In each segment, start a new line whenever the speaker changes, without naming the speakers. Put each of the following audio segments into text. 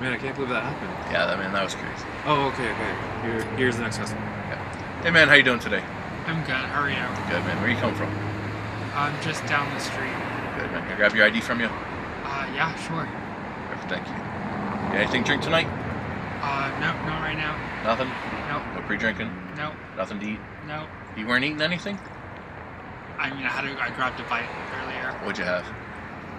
Man, I can't believe that happened.
Yeah, I mean that was crazy.
Oh, okay, okay. Here, here's the next customer.
Yeah. Hey man, how you doing today?
I'm good. How are you?
Good man. Where you come from?
I'm just down the street.
Good man. Can I grab your ID from you?
Uh, yeah, sure.
Perfect, Thank you. You got anything to drink tonight?
Uh, no, not right now.
Nothing.
No,
No pre-drinking.
no,
Nothing to eat.
no.
You weren't eating anything?
I mean, I had a, I grabbed a bite earlier.
What'd you have?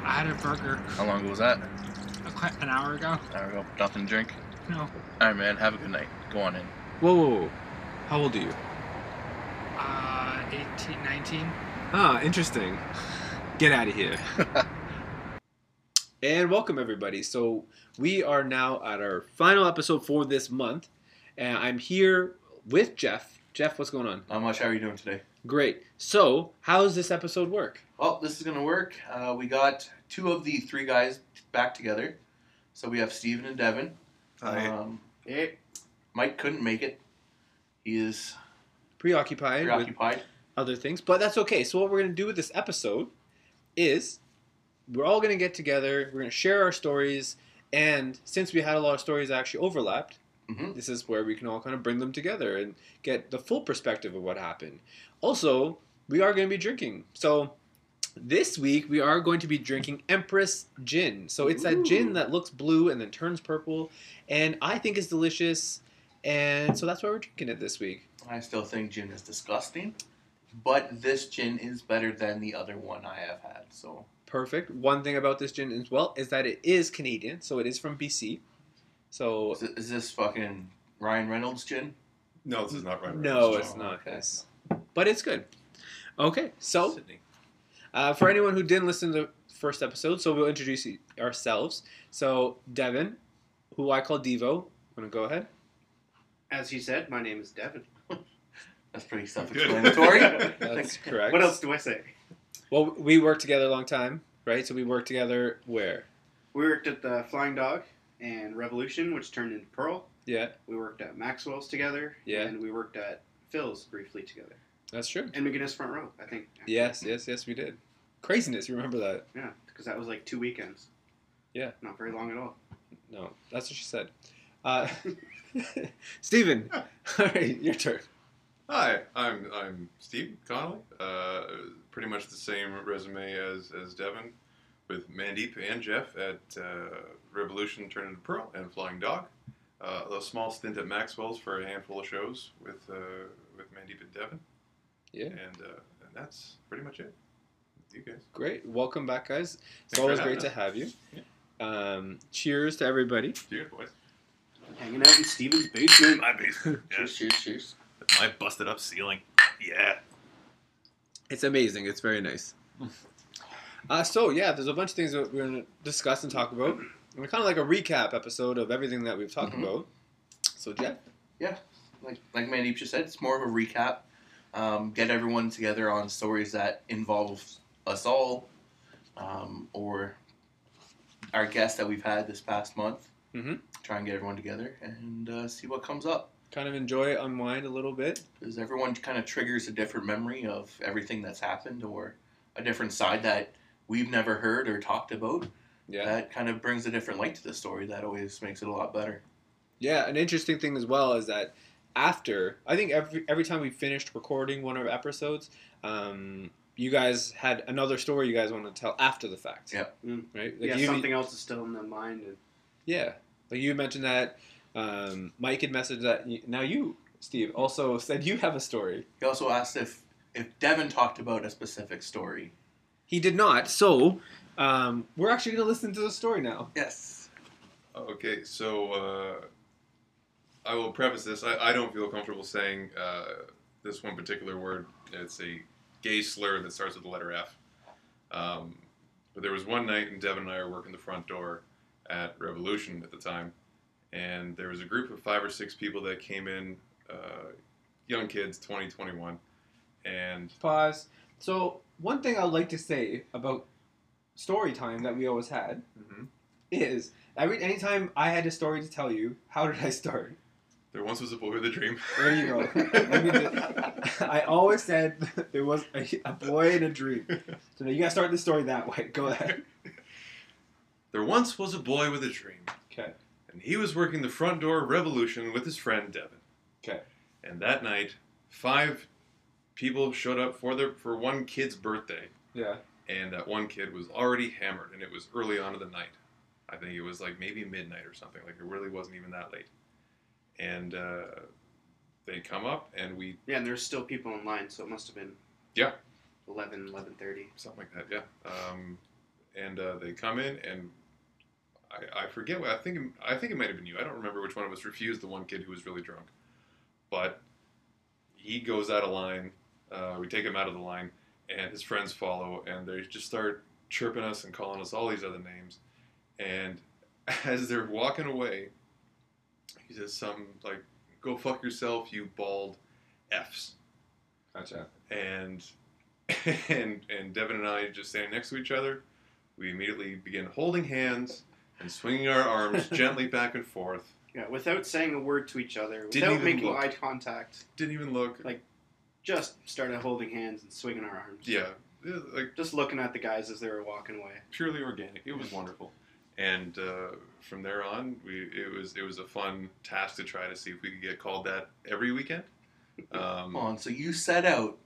I had a burger
How long ago was that?
a, qu- an hour ago.
An hour ago. Nothing to drink.
No,
All right, man. Have a good night. Go on in.
Whoa, whoa, whoa. How old are you?
uh, 18, 19.
Ah, interesting. Get out of here. and welcome, everybody. So, we are now at our final episode for this month. And I'm here with Jeff. Jeff, what's going on?
How much? Uh, How are you doing today?
Great. So, how does this episode work?
Well, this is gonna work. Uh, we got two of the three guys back together, so we have Steven and Devin. Um, Mike couldn't make it. He is
Preoccupied, with
preoccupied.
other things, but that's okay. So, what we're going to do with this episode is we're all going to get together, we're going to share our stories, and since we had a lot of stories that actually overlapped,
Mhm.
this is where we can all kind of bring them together and get the full perspective of what happened. Also, we are going to be drinking. So this week we are going to be drinking Empress gin. So it's that
Ooh.
gin that looks blue and then turns purple, and I think is delicious. And so that's why we're drinking it this week.
I still think gin is disgusting, but this gin is better than the other one I have had. So
Perfect. One thing about this gin as well is that it is Canadian, so it is from BC. So
is, it- is this fucking Ryan Reynolds gin?
No, this is not right.
no,
Reynolds
it's
gin.
not
Okay.
this, but it's good. Okay, so
Sydney.
Uh, for anyone who didn't listen to the first episode, so we'll introduce y- ourselves. So, Devin, who I call Devo, want to go ahead?
As you said, my name is Devin.
That's pretty self-explanatory.
That's correct.
What else do I say?
Well, we worked together a long time, right? So we worked together where?
We worked at the Flying Dog and Revolution, which turned into Pearl.
Yeah,
We worked at Maxwell's together.
Yeah.
And we worked at Phil's briefly together.
that's true.
And McGinnis Front Row, I think.
Yes, yes, yes, we did. Craziness, you remember that?
Yeah, because that was like two weekends.
Yeah.
Not very long at all.
No, that's what she said. Uh, Steven, all right, your turn.
Hi, I'm I'm Steve Connolly. Uh, pretty much the same resume as as Devin, with Mandeep and Jeff at uh, Revolution, Turned into Pearl, and Flying Dog. Uh, a small stint at Maxwell's for a handful of shows with uh, with Mandeep and Devin.
Yeah.
And uh, and that's pretty much it. You guys.
Great. Welcome back, guys. It's
for
always
having
great to
us.
have you. Um, cheers to everybody.
Cheers, boys.
Hanging out in Steven's basement.
My basement.
Cheers, cheers, cheers.
My busted up ceiling. Yeah.
It's amazing. It's very nice. Uh, so yeah, there's a bunch of things that we're gonna discuss and talk about, and kind of like a recap episode of everything that we've talked
Mm-hmm.
Mhm.
about. So Jeff,
Like like Mandeep just said, it's more of a recap. Um, get everyone together on stories that involve us all, um, or our guests that we've had this past month.
Mhm.
Try and get everyone together and uh, see what comes up.
kind of enjoy, unwind a little bit.
because everyone kind of triggers a different memory of everything that's happened or a different side that we've never heard or talked about.
Yeah,
That kind of brings a different light to the story that always makes it a lot better.
yeah. An interesting thing as well is that after I think every every time we finished recording one of our episodes, um, you guys had another story you guys wanted to tell after the fact.
Yeah.
Mm.
Right. Like
yeah,
you,
something else is still in the mind. And
Yeah, like you mentioned that. Um, Mike had messaged that. y- Now you, Steve, also said you have a story.
He also asked if if Devin talked about a specific story.
He did not. So um, we're actually going to listen to the story now.
Yes.
Okay, so uh, I will preface this. I, I don't feel comfortable saying uh, this one particular word. It's a gay slur that starts with the letter F. Um, but there was one night, and Devin and I were working the front door at Revolution at the time, and there was a group of five or six people that came in, uh, young kids, 20, 21, and
Pause. So one thing I'd like to say about story time that we always had is every anytime I had a story to tell you, how did I start?
there once was a boy with a dream.
There you go. Let me just- I always said it was a, a boy in a dream. So now you got to start the story that way. Go ahead.
There once was a boy with a dream.
Okay.
and he was working the front door revolution with his friend Devin.
'Kay.
And that night, five people showed up for their for one kid's birthday,
Yeah.
and that one kid was already hammered, and it was early on in the night. I think it was like maybe midnight or something. Like it really wasn't even that late. And uh, they come up, and we
Yeah, and there's still people in line, so it must have been
Yeah.
11, 11.30.
something like that. Yeah. Um, and uh, they come in, and I, I forget. what- I think I think it might have been you. I don't remember which one of us refused the one kid who was really drunk, but he goes out of line. Uh, we take him out of the line, and his friends follow, and they just start chirping us and calling us all these other names. And as they're walking away, he says something like, "Go fuck yourself, you bald f's."
Gotcha.
and and and Devin and I just standing next to each other. We immediately begin holding hands and swinging our arms gently back and forth.
Yeah, without saying a word to each other,
Didn't
without
even
making
look.
eye contact,
Didn't even look.
Like- just started holding hands and swinging our arms.
Yeah, it was, like
Just looking at the guys as they were walking away.
purely organic. It was wonderful. And uh, from there on, we it was it was a fun task to try to see if we could get called that every weekend. Um,
Come on, so you set out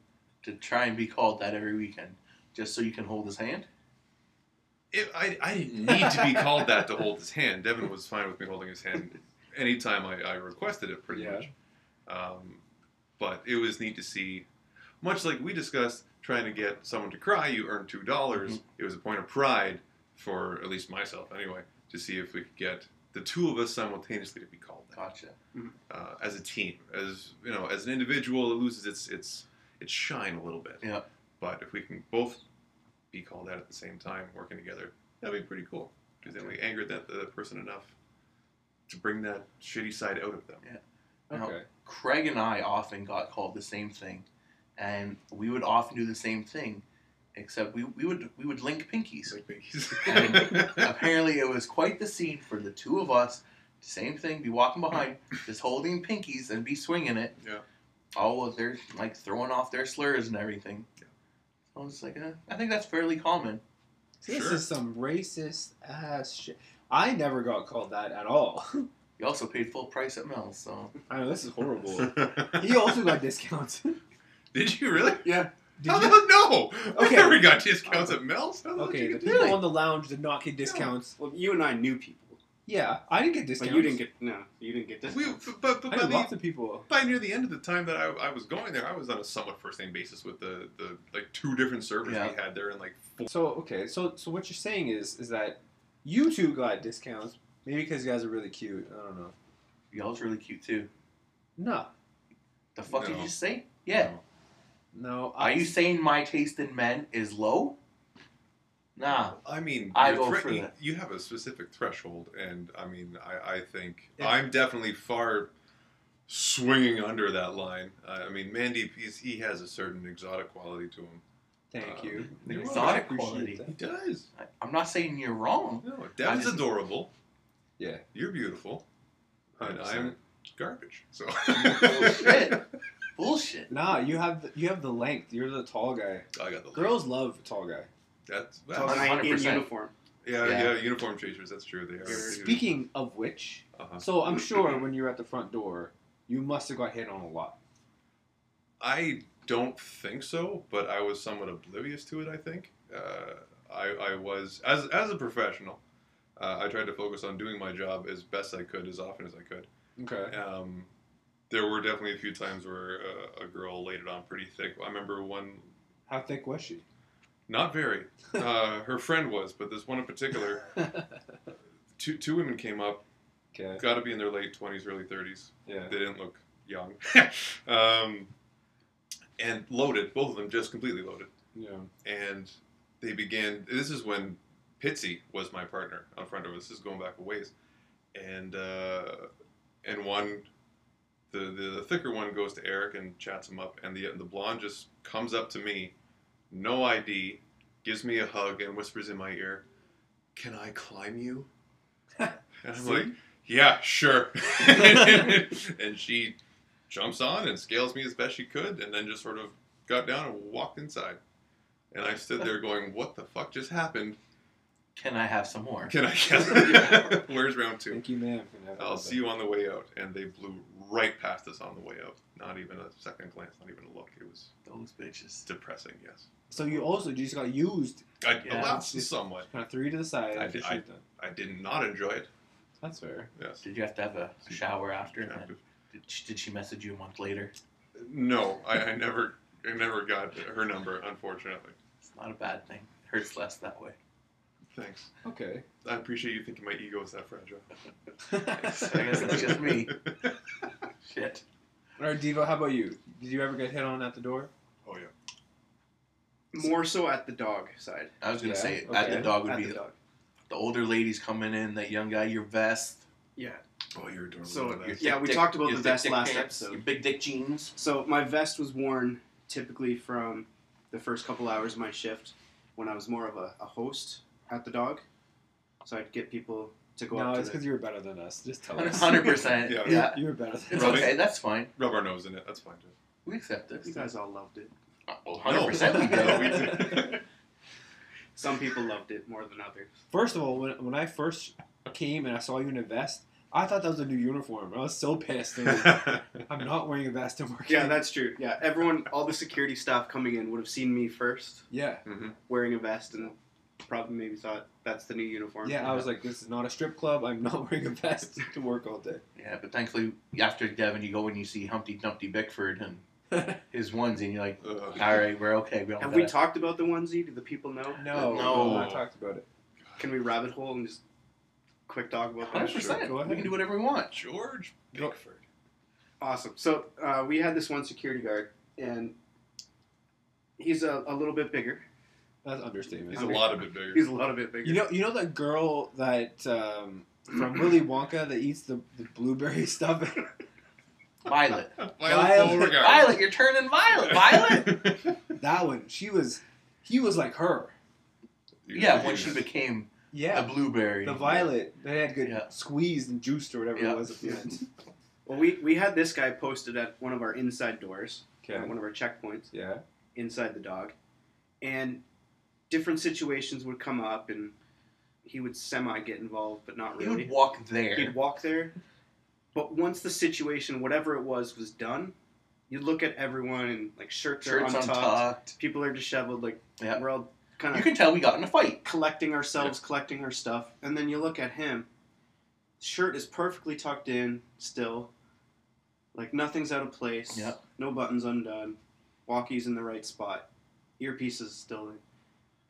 to try and be called that every weekend, just so you can hold his hand.
It, I, I didn't need to be called that to hold his hand. Devin was fine with me holding his hand anytime I, I requested it, pretty
Yeah.
much. Um, but it was neat to see, much like we discussed, trying to get someone to cry, you earn $2. dollars It was a point of pride for at least myself, anyway, to see if we could get the two of us simultaneously to be called that
Gotcha.
uh, as a team, as you know, as an individual, it loses its its its shine a little bit.
Yeah.
But if we can both be called out at the same time, working together, that'd be pretty cool. Because then we angered that the person enough to bring that shitty side out of them.
Now,
Okay.
Craig and I often got called the same thing, and we would often do the same thing, except we, we would we would link pinkies.
Like pinkies.
Apparently, it was quite the scene for the two of us. Same thing, be walking behind, just holding pinkies and be swinging it.
Yeah.
All of their like throwing off their slurs and everything. I was like, eh, I think that's fairly common.
This
Sure.
is some racist ass shit. I never got called that at all.
You also paid full price at Mel's, so
I know this is horrible. he also got discounts. Did
Did you really?
you?
How the hell- no.
Okay. Uh,
I never got discounts at Mel's. How the hell did
Okay,
you
the
get
people
Really?
on the lounge did not get discounts.
Well, you and I knew people,
Yeah, I didn't get
but
discounts.
you didn't get no, you didn't get
that?
this.
We, but, but,
I
by
knew
the
lots of people.
by near the end of the time that I, I was going there, I was on a somewhat first name basis with the, the like two different servers
Yeah.
we had there, and like four.
So okay, so so what you're saying is is that you two got discounts maybe because you guys are really cute. I don't know.
y'all's really cute too.
No,
The fuck did
No.
you say? Yeah.
no.
Are you saying my taste in men is low? Nah.
I mean,
I
you're
go
thre-
for
you-
that.
You have a specific threshold, and I mean, I, I think
Yeah.
I'm definitely far swinging under that line. I I mean, Mandy, he's, he has a certain exotic quality to him.
Thank
Um,
you. Thank you.
you're welcome.
I
Exotic
appreciate
quality.
that.
He does.
I- I'm not saying you're wrong.
No, Devin's
just-
adorable.
Yeah.
you're beautiful, and
100%.
I'm garbage. So
Bullshit. Bullshit.
Nah, you have the, you have the length. You're the tall guy.
I got the
Girls love a tall guy.
That's, that's
Oh,
Tall guy in
100%.
uniform.
Yeah, yeah,
Yeah.
uniform chasers. That's true. They are.
Sure.
Speaking of which,
Uh-huh.
so I'm sure when you're at the front door, you must have got hit on a lot.
I don't think so, but I was somewhat oblivious to it. I think uh, I, I was as as a professional. Uh, I tried to focus on doing my job as best I could, as often as I could.
Okay.
Um, there were definitely a few times where uh, a girl laid it on pretty thick. I remember one,
How thick was she?
not very. Uh, her friend was, but this one in particular, two two women came up,
okay.
got to be in their late twenties, early thirties.
Yeah.
They didn't look young. um, and loaded, both of them just completely loaded.
Yeah.
And they began, this is when Pitsy was my partner on front of us. This is going back a ways. And, uh, and one, the, the, the thicker one goes to Eric and chats him up. And the, the blonde just comes up to me, no ID, gives me a hug and whispers in my ear, Can I climb you? and I'm
See?
like, yeah, sure. and she jumps on and scales me as best she could, and then just sort of got down and walked inside. And I stood there going, "What the fuck just happened?"
Can I have some more?
Can I guess? Where's round two?
Thank you, ma'am.
I'll see you on the way out. And they blew right past us on the way out. Not even a second glance, not even a look. It was
Those bitches.
depressing, yes.
So you also just got used.
I
Yeah.
allowed somewhat.
Kind of threw you to the side.
I did- I- I did not enjoy it.
That's fair.
Yes.
Did you have to have a shower after?
Yeah.
Did she, did she message you a month later?
No, I, I never, I never got her number. Unfortunately,
It's not a bad thing. It hurts less that way.
thanks.
Okay.
I appreciate you thinking my ego is that fragile.
I guess that's just me. Shit.
All right, Devo, how about you? Did you ever get hit on at the door?
Oh yeah.
More so at the dog side.
I was gonna
Yeah,
say at the
okay.
dog would
At
be
the
the,
dog.
older ladies coming in, that young guy, your vest,
Yeah.
Oh, you're adorable.
So,
Look at
your
that.
Yeah,
thick
we
dick-
talked about
your
the
thick
vest
dick
last
pants,
episode.
Your big dick jeans.
So my vest was worn typically from the first couple hours of my shift when I was more of a, a host at the dog. So I'd get people to go
no,
up
it's
to
because
the,
you were better than us. Just tell us.
Hundred percent.
Yeah.
Yeah.
You were better than
It's
us.
Rubbing-
okay. That's fine.
Rub our nose in it. That's fine. Too.
We accept this.
you guys all loved it.
Hundred percent. We
No,
do.
we did.
Some people loved it more than others.
First of all, when, when I first came and I saw you in a vest, I thought that was a new uniform. I was so pissed. I was like, I'm not wearing a vest to work.
Yeah, that's true. Yeah, everyone, all the security staff coming in would have seen me first
yeah,
Mm-hmm.
Mhm.
wearing a vest and probably maybe thought that's the new uniform.
yeah. I was like, this is not a strip club. I'm not wearing a vest to work all day.
Yeah, but thankfully after Devin, you go and you see Humpty Dumpty Bickford and his onesie, and you're like,
Ugh.
all right, we're okay. We don't
Have we
gotta-"
talked about the onesie? Do the people know?
No,
No.
I talked about it.
Can we rabbit hole and just quick talk about that?
100%.
Go
We
ahead.
can do whatever we want.
George
Go-
Pickford.
Awesome. So uh, we had this one security guard, and he's a, a little bit bigger.
That's understatement.
He's a lot of bit bigger.
He's a little bit bigger.
You know, you know that girl that um, from Willy Wonka that eats the, the blueberry stuff.
Violet.
Violet
Violet-
Beauregard.
Violet, you're turning violet. Violet.
that one, she was, he was like her.
yeah, when she became a
Yeah,
blueberry.
the violet. They had good
Yeah.
squeezed and juiced or whatever
Yeah.
it was at the end.
well, we, we had this guy posted at one of our inside doors, at
Okay.
one of our checkpoints
Yeah.
inside the dog, and different situations would come up, and he would semi get involved, but not
He
really.
would walk there.
He'd walk there, but once the situation, whatever it was, was done, you'd look at everyone and like shirts,
Shirts
are
untucked.
untucked, people are disheveled, like
Yeah.
we're all kind
You
of
can tell we got in a fight.
collecting ourselves, collecting our stuff, and then you look at him. Shirt is perfectly tucked in still, like nothing's out of place.
Yeah.
No buttons undone. Walkie's in the right spot. Earpiece is still in.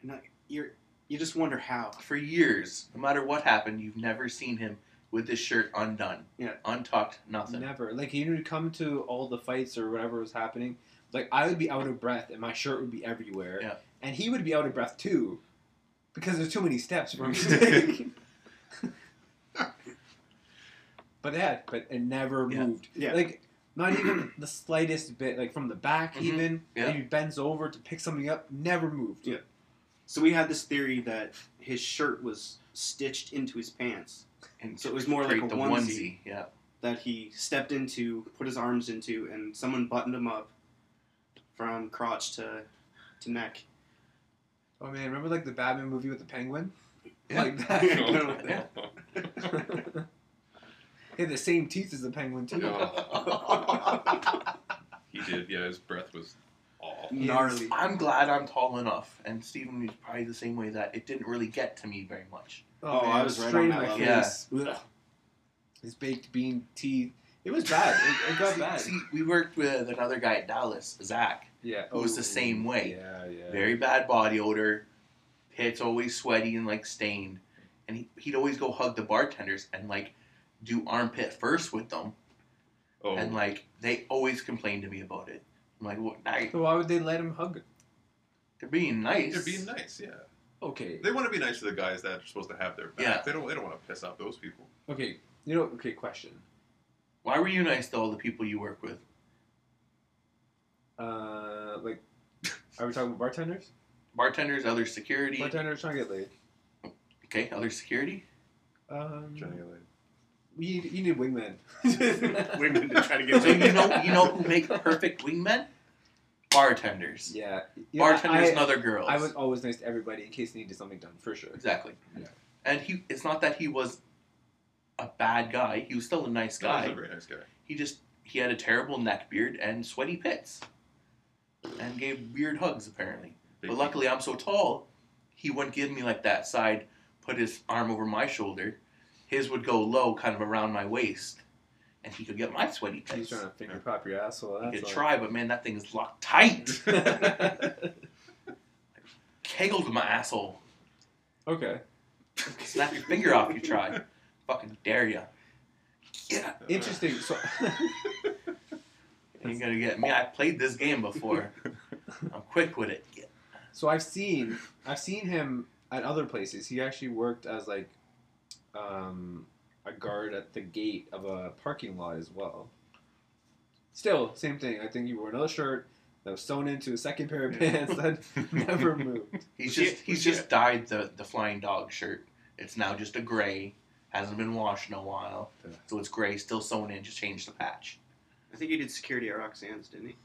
And like you're, you just wonder how.
For years, no matter what happened, you've never seen him with his shirt undone.
Yeah.
Untucked, nothing.
Never. Like he would come to all the fights or whatever was happening. Like I would be out of breath and my shirt would be everywhere.
Yeah.
And he would be out of breath too. Because there's too many steps for him to take. but yeah, but it never
Yeah.
moved.
Yeah.
Like not even the slightest bit, like from the back
Mm-hmm.
Mhm.
even.
Yeah.
And he bends over to pick something up, never moved.
Yeah. So we had this theory that his shirt was stitched into his pants
And
So it was more like
create
a
the
onesie.
Yeah.
that he stepped into, put his arms into, and someone buttoned him up from crotch to to neck.
Oh man, remember like the Batman movie with the penguin?
Yeah.
Like that.
Yeah.
He had the same teeth as the penguin too.
he did. Yeah, his breath was awful.
Gnarly.
I'm glad I'm tall enough, and Stephen was probably the same way that it didn't really get to me very much.
Oh, I
man,
was right
straight
on
in
that
my
level.
face. Ugh. His baked bean tea. It was bad. It, it got
See,
bad.
see, we worked with another guy at Dallas, Zach.
yeah,
It was the
oh,
same way.
Yeah, yeah.
Very bad body odor. Pits always sweaty and like stained. And he, he'd always go hug the bartenders and like do armpit first with them.
Oh,
And like they always complained to me about it. I'm like, what? I,
So why would they let him hug? it?
they're being nice.
they're being nice. Yeah,
Okay,
they want to be nice to the guys that are supposed to have their back.
Yeah.
They don't. They don't want to piss off those people.
okay. You know, okay. Question.
Why were you nice to all the people you work with?
Uh, like, are we talking about bartenders?
Bartenders, other security.
Bartenders trying to get laid.
Okay, other security.
Um,
Trying to get laid.
you need, you need wingmen.
Women to try to
So
get
you know you know who make perfect wingmen? bartenders.
Yeah.
bartenders
I,
and other girls.
I was always nice to everybody in case they needed something done for sure.
exactly.
Yeah.
And he, it's not that he was a bad guy. He was still a nice
No,
guy.
he's a very nice guy.
He just he had a terrible neck beard and sweaty pits, and gave weird hugs apparently.
Big
But luckily, I'm so tall, he wouldn't give me like that side. Put his arm over my shoulder, his would go low, kind of around my waist, and he could get my sweaty
He's
pits.
trying to finger pop your asshole.
He could
That's all.
try, but man, that thing is locked tight. Kegled my asshole.
okay.
Snap your finger off. You tried. Fucking dare ya. Yeah.
Interesting. So,
Ain't gonna get me. I played this game before. I'm quick with it. Yeah.
so I've seen I've seen him at other places. He actually worked as like um, a guard at the gate of a parking lot as well. Still, same thing. I think he wore another shirt that was sewn into a second pair of
Yeah.
pants that never moved.
He's
Was he-
just he's
was he-
just dyed the the flying dog shirt. It's now just a gray. Hasn't been washed in a while,
Yeah.
so it's gray, still sewn in. Just change the patch.
I think he did security at Roxanne's, didn't he?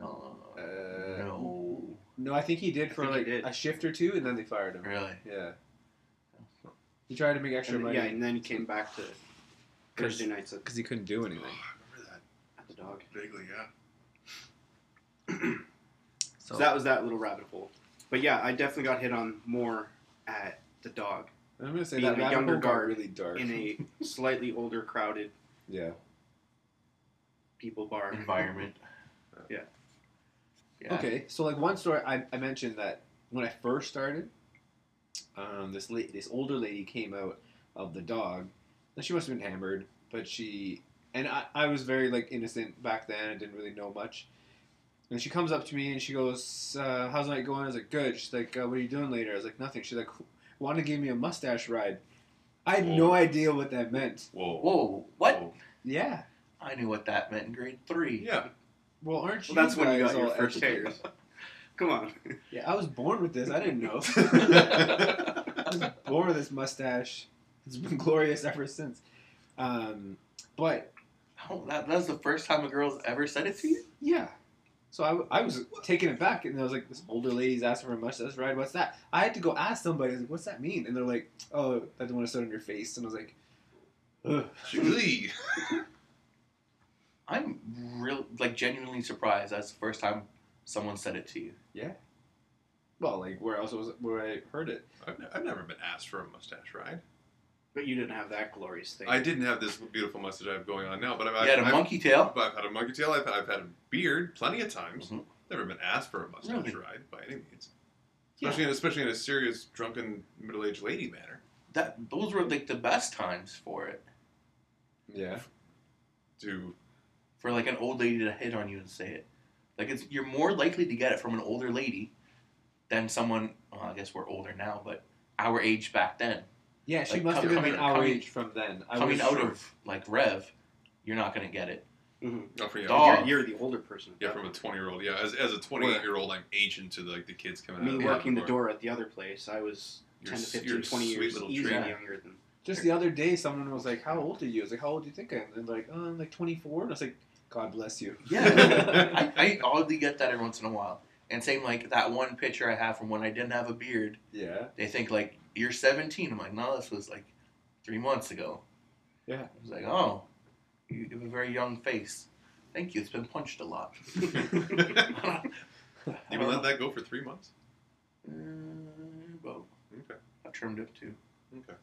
No,
Uh,
no,
No, I think he did
I
for
think he
like
did.
a shift or two, and then they fired him.
really.
Yeah. He tried to make extra
And then-
money
yeah, and then he came back to Thursday nights at,
because he couldn't do anything.
remember that
at the dog.
vaguely, yeah.
So, that was that little rabbit hole. But yeah, I definitely got hit on more at the dog
I'm gonna say
Being
that
a
rabbit
younger
hole got
guard
really dark.
in a slightly older, crowded
yeah.
people bar.
Environment.
Yeah.
Yeah.
Okay, so like one story I, I mentioned that when I first started, um, this la- this older lady came out of the dog. Now she must have been hammered, but she and I, I was very like innocent back then. I didn't really know much. And she comes up to me and she goes, uh, "How's the night going?" I was like, "Good." She's like, uh, "What are you doing later?" I was like, "Nothing." She's like, "Want to give me a mustache ride?" I had no
Whoa.
idea what that meant.
Whoa.
Whoa! What?
Whoa.
Yeah.
I knew what that meant in grade three.
Yeah.
Well, aren't you?
Well, that's when you
guys
got your
all
first
educators?
hairs. Come on.
Yeah, I was born with this. I didn't know. born with this mustache. It's been glorious ever since. Um, but
Oh, that, that's the first time a girl's ever said it to you.
yeah, so I, I was taken aback, and I was like, this older lady's asking for a mustache ride. What's that? I had to go ask somebody. I was like, what's that mean? And they're like, oh, that's the one I sewed on your face. And I was like, ugh.
Julie.
I'm real, like genuinely surprised. That's the first time someone said it to you.
Well, like where else was where I heard it?
I've, ne- I've never been asked for a mustache ride.
But you didn't have that glorious thing.
I didn't have this beautiful mustache I have going on now, but I've,
you had a
I've,
monkey tail.
I've, I've had a monkey tail. I've, I've had a beard plenty of times.
Mhm.
Never been asked for a mustache
Really?
ride by any means. Especially, in, especially in a serious, drunken, middle-aged lady manner.
That those were like the best times for it.
Yeah,
To
For like an old lady to hit on you and say it. Like it's you're more likely to get it from an older lady than someone. Well, I guess we're older now, but our age back then,
yeah. She
Like,
must have been
coming-
an
coming-
our
coming-
age from then. I
coming
was
out
sure.
of like Rev, you're not gonna get it.
Mhm.
oh, for, yeah,
Dog.
yeah,
You're, you're the older person. at
yeah,
that
from a
point.
twenty-year-old. Yeah, as, as a twenty-eight-year-old, I'm ancient to like the kids coming out.
Me
of
working the
door.
door at the other place, I was
You're
10 to
s- you're
15,
a
20
sweet
years
little
easily
tramp.
younger than.
Just the other day, someone was like, "How old are you?" I was like, "How old do you think I am?" And they're like, "Oh, I'm like 24." And I was like, "God bless you."
Yeah, I, I oddly get that every once in a while. And same like that one picture I have from when I didn't have a beard.
Yeah.
they think like you're 17. I'm like, no, this was like three months ago.
Yeah.
I was like, oh, you have a very young face. Thank you. It's been punched a lot.
you even let that go for three months?
Uh, Mm, well,
Okay.
I've trimmed up too.
Okay.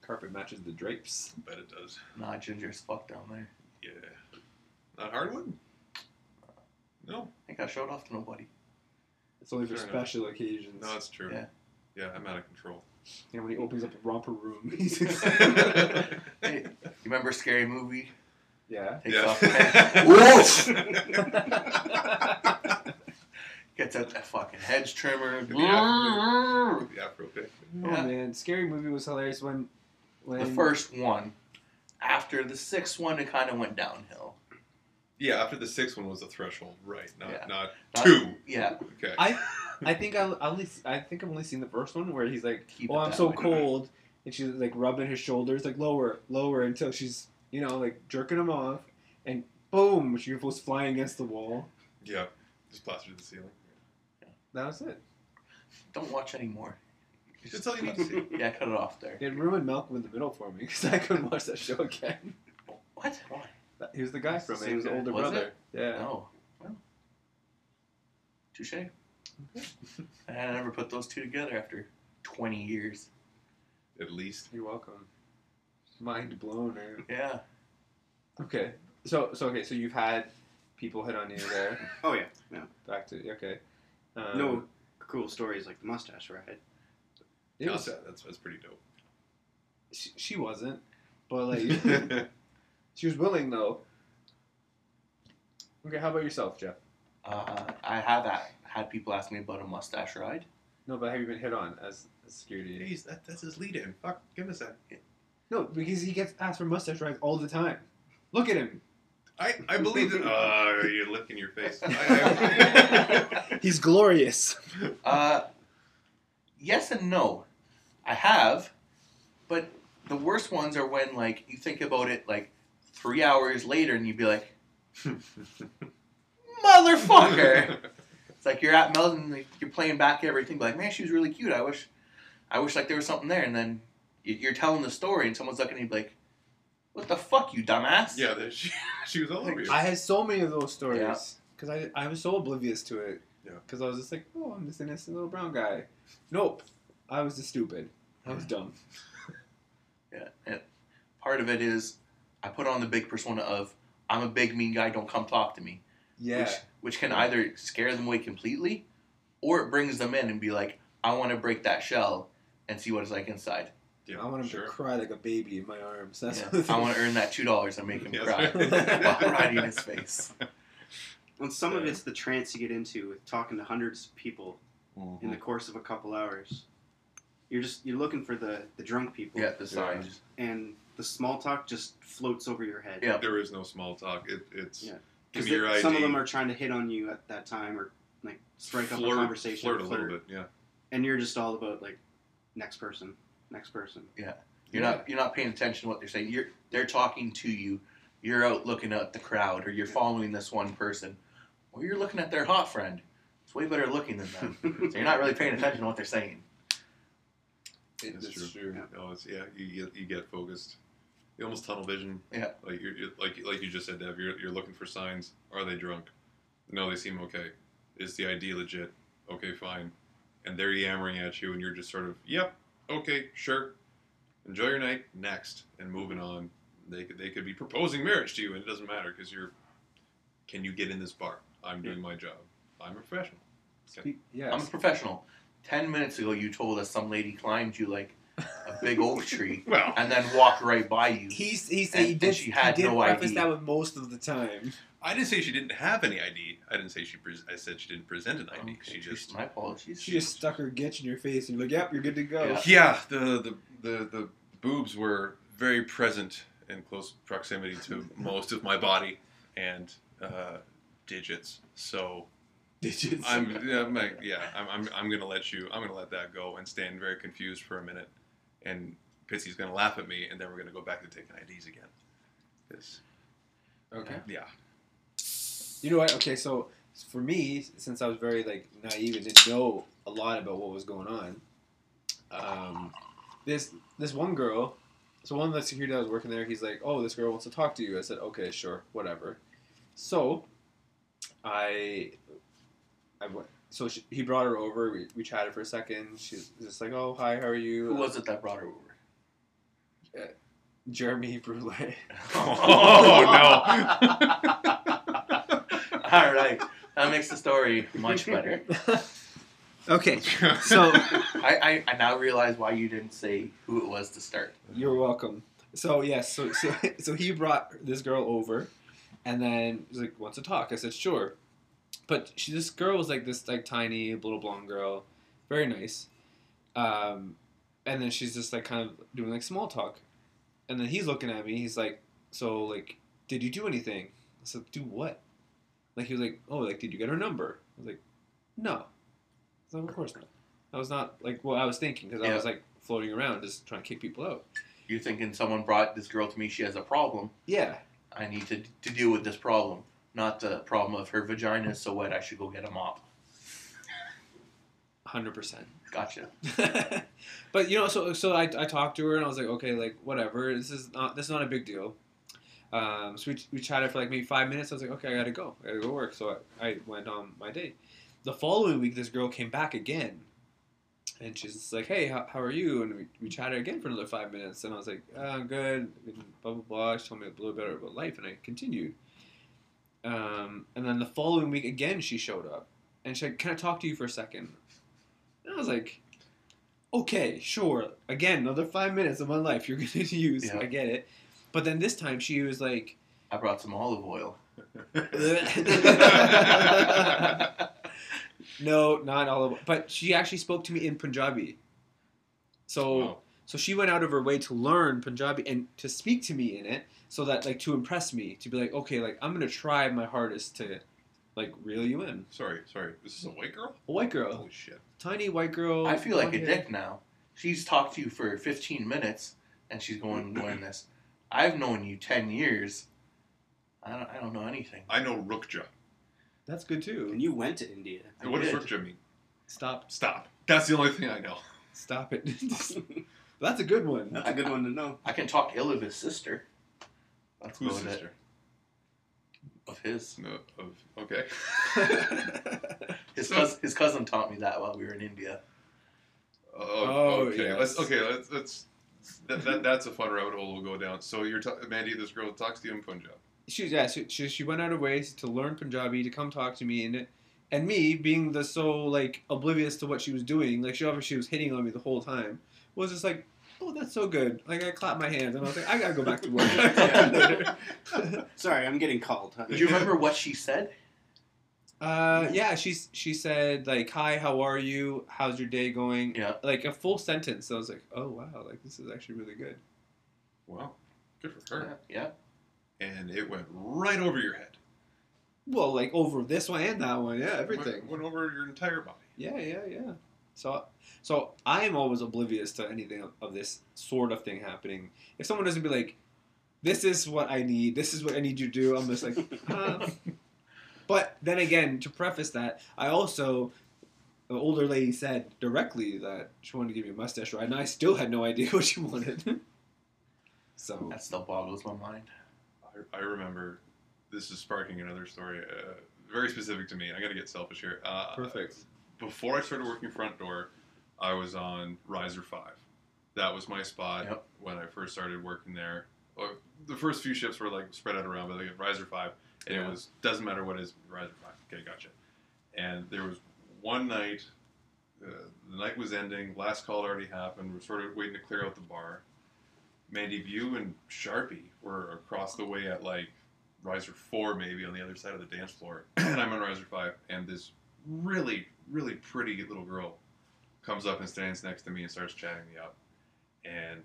Carpet matches the drapes.
Bet it does.
Nah, ginger as fuck down there.
Yeah. Not hardwood? No.
I think I showed off to nobody.
It's only for
Fair enough.
special occasions.
No, it's true.
Yeah.
Yeah, I'm out of control.
and when he opens up the romper room, he's
Hey, you remember Scary Movie?
yeah.
Takes off the
yeah.
head,
Oh, yeah.
gets out that fucking hedge trimmer.
Yeah. yeah, for okay.
Oh man, scary movie was hilarious when when
the first one. After the sixth one, it kind of went downhill.
Yeah, after the sixth one was the threshold, right? Not
Yeah.
not
Not-
two.
Yeah.
Okay.
I I think I I only I think I've only seen the first one where he's like,
Keep
"Oh,
it
I'm
that
so
way.
cold," and she's like rubbing his shoulders, like lower, lower until she's you know like jerking him off, and boom, she goes flying against the wall.
yeah. Just plastered to the ceiling.
That was it.
Don't watch anymore.
That's all you need to see.
Yeah, cut it off there.
It ruined Malcolm in the Middle for me because I couldn't watch that show again.
What? Why?
That- He was the guy from it. He
Same
was the
guy.
older
Was
brother. Yeah.
No. Well, touche. I never put those two together after 20 years.
At least.
You're welcome. Mind blown. Man.
Yeah.
Okay. So so okay. So you've had people hit on you there.
Oh yeah, yeah.
Back to okay. Um,
no cool stories like the mustache ride.
it
Yeah,
was,
that- that's, that's pretty dope.
she, she wasn't, but like she was willing though. Okay, how about yourself, Jeff?
Uh, I have a- had people ask me about a mustache ride.
No, but have you been hit on as a security?
Jeez, that, that's his lead in. Fuck, give us that.
No, because he gets asked for mustache rides all the time. Look at him.
I, I believe that. Oh, you're licking your face. I, I,
He's glorious.
Uh, yes and no. I have, but the worst ones are when like you think about it like three hours later and you'd be like, motherfucker. It's like you're at Melton, like, you're playing back everything. Like, man, she was really cute. I wish, I wish like there was something there. And then you- you're telling the story, and someone's looking at you like, "What the fuck, you dumbass?"
yeah, that she, she was all over you.
I had so many of those
Yeah.
stories because I, I was so oblivious to it.
Yeah.
Because I was just like, oh, I'm this innocent little brown guy. Nope, I was just stupid. I was dumb.
Yeah. And part of it is I put on the big persona of I'm a big mean guy. Don't come talk to me.
Yeah.
Which, which can either scare them away completely, or it brings them in and be like, "I want to break that shell and see what it's like inside.
Yeah,
I wanted to cry like a baby in my arms. That's
Yeah.
what
I want to earn that two dollars and make him
Yes.
cry while riding his face."
And some of
Yeah.
it's the trance you get into with talking to hundreds of people
Mm-hmm.
in the course of a couple hours. You're just you're looking for the the drunk people.
Yeah, the signs.
And the small talk just floats over your head.
Yeah.
There is no small talk. It, it's
Yeah.
give
'Cause
me your
they're-
ID.
some of them are trying to hit on you at that time or like strike up a
flirt-
conversation.
Flirt a
flirt.
little bit. Yeah.
And you're just all about like next person, next person.
You're not you're not paying attention to what they're saying. You're they're talking to you. You're out looking at the crowd, or you're following this one person, or you're looking at their hot friend. It's way better looking than them. so you're not really paying attention to what they're saying.
it,
That's true.
Yeah.
No, it's, yeah, you, you, you get focused. You almost tunnel vision.
Yeah.
Like you're, you're like like you just said, Dev. You're, you're looking for signs. Are they drunk? No, they seem okay. Is the ID legit? Okay, fine. And they're yammering at you, and you're just sort of, yep, okay, sure. Enjoy your night. Next, and moving on. They could they could be proposing marriage to you, and it doesn't matter because you're. Can you get in this bar? I'm doing my job. I'm a professional.
Spe- yes.
I'm a professional. Ten minutes ago, you told us some lady climbed you like a big oak tree
Well,
and then walked right by you.
He's, he
And- and she had no ID.
with most of the time.
I didn't say she didn't have any ID. I didn't say she. Pre- I said she didn't present an ID.
Oh, Okay,
she
geez,
just.
my apologies.
She just stuck her gitch in your face and you're like, yep, you're good to go.
Yeah.
Yeah, the the, the the boobs were very present in close proximity to most of my body and uh, digits. So
Digits.
I'm yeah, I'm like, yeah I'm, I'm I'm gonna let you I'm gonna let that go and stand very confused for a minute, and Pitsy's gonna laugh at me, and then we're gonna go back to taking IDs again. 'Cause,
okay.
yeah,
You know what? Okay, so for me, since I was very like naive and didn't know a lot about what was going on, um, this this one girl, so one of the security that was working there, he's like, "Oh, this girl wants to talk to you." I said, "Okay, sure, whatever." So, I, I went. So she, he brought her over. We, we chatted for a second. She's just like, "Oh, hi, how are you?"
Who was it that brought her over?
Jeremy Brulé.
Oh,
no! All right, that makes the story much better.
okay, so
I, I, I now realize why you didn't say who it was to start.
You're welcome. So yes, so so, so he brought this girl over, and then he's like, "Wants to talk?" I said, "Sure," but she, this girl was like this like tiny little blonde girl, very nice, um, and then she's just like kind of doing like small talk, and then he's looking at me. He's like, "So like, did you do anything?" I said, "Do what?" Like he was like, "Oh, like did you get her number?" I was like, "No." I was like, "Of course not." I was not like what I was thinking because I
Yeah.
was like floating around just trying to kick people out.
You're thinking someone brought this girl to me. She has a problem.
Yeah.
I need to to deal with this problem. not the problem of her vagina is so wet I should go get a mop.
Hundred percent.
Gotcha.
but you know, so so I, I talked to her and I was like, okay, like whatever. This is not this is not a big deal. Um, so we, we chatted for like maybe five minutes. I was like, okay, I gotta go. I gotta go work. So I, I went on my date. The following week, this girl came back again, and she's just like, hey, how, how are you? And we, we chatted again for another five minutes. And I was like, uh, I'm good. And blah blah blah. She told me a little bit about life, and I continued. Um, and then the following week again, she showed up, and she said, can I talk to you for a second? And I was like, okay, sure. Again, another five minutes of my life you're going to use.
Yeah.
I get it. But then this time she was like,
I brought some olive oil.
no, not all of But she actually spoke to me in Punjabi. So
Wow.
so she went out of her way to learn Punjabi and to speak to me in it so that like to impress me, to be like, okay, like I'm going to try my hardest to like reel you in.
Sorry, sorry. This is a white girl?
A white girl,
Holy shit.
tiny white girl.
I feel like a
blonde hair.
dick now. She's talked to you for 15 minutes, and she's going doing this. I've known you 10 years. I don't, I don't know anything.
I know Rukja.
That's good too.
And you went to India.
I
what does
did.
Rukja mean?
Stop.
Stop. That's the only thing I know.
Stop it. That's a good one.
That's a good one to know.
I can talk ill of his sister. That's
Who's
about it.
sister?
Of his.
No, of, okay.
His,
So-
cous- his cousin taught me that while we were in India.
Oh,
Oh,
okay.
yes.
Let's, okay, let's, let's that, that, that's a fun rabbit hole we'll go down. So you're t- Mandy, this girl talks to you in Punjab.
she yeah she, she, she went out of ways to learn Punjabi to come talk to me and it and me being the so like oblivious to what she was doing like she obviously she was hitting on me the whole time was just like oh that's so good like I clapped my hands and I was like I gotta go back to work
Yeah.
Sorry, I'm getting called. Huh?
Do you remember what she said?
uh yeah she's she said like hi how are you how's your day going
Yeah.
like a full sentence I was like oh wow like this is actually really good
Wow, good for her.
Yeah.
And it went right over your head.
well like over this one and that one yeah everything
Went, went over your entire body.
Yeah, yeah, yeah. So, so I am always oblivious to anything of, of this sort of thing happening. If someone doesn't be like, "This is what I need. This is what I need you to do," I'm just like, huh. but then again, to preface that, I also the older lady said directly that she wanted to give me a mustache ride, and I still had no idea what she wanted. so
That still boggles my mind.
I, I remember. This is sparking another story, uh, very specific to me. I'm gonna get selfish here. Uh,
perfect.
before I started working front door, I was on Riser Five. That was my spot
Yep.
when I first started working there. Or the first few shifts were like spread out around, but like Riser Five, and
Yeah.
it was doesn't matter what is Riser Five. Okay, gotcha. And there was one night, uh, the night was ending, last call had already happened. We're sort of waiting to clear out the bar. Mandy View and Sharpie were across the way at like riser four maybe on the other side of the dance floor and i'm on riser five and this really really pretty little girl comes up and stands next to me and starts chatting me up and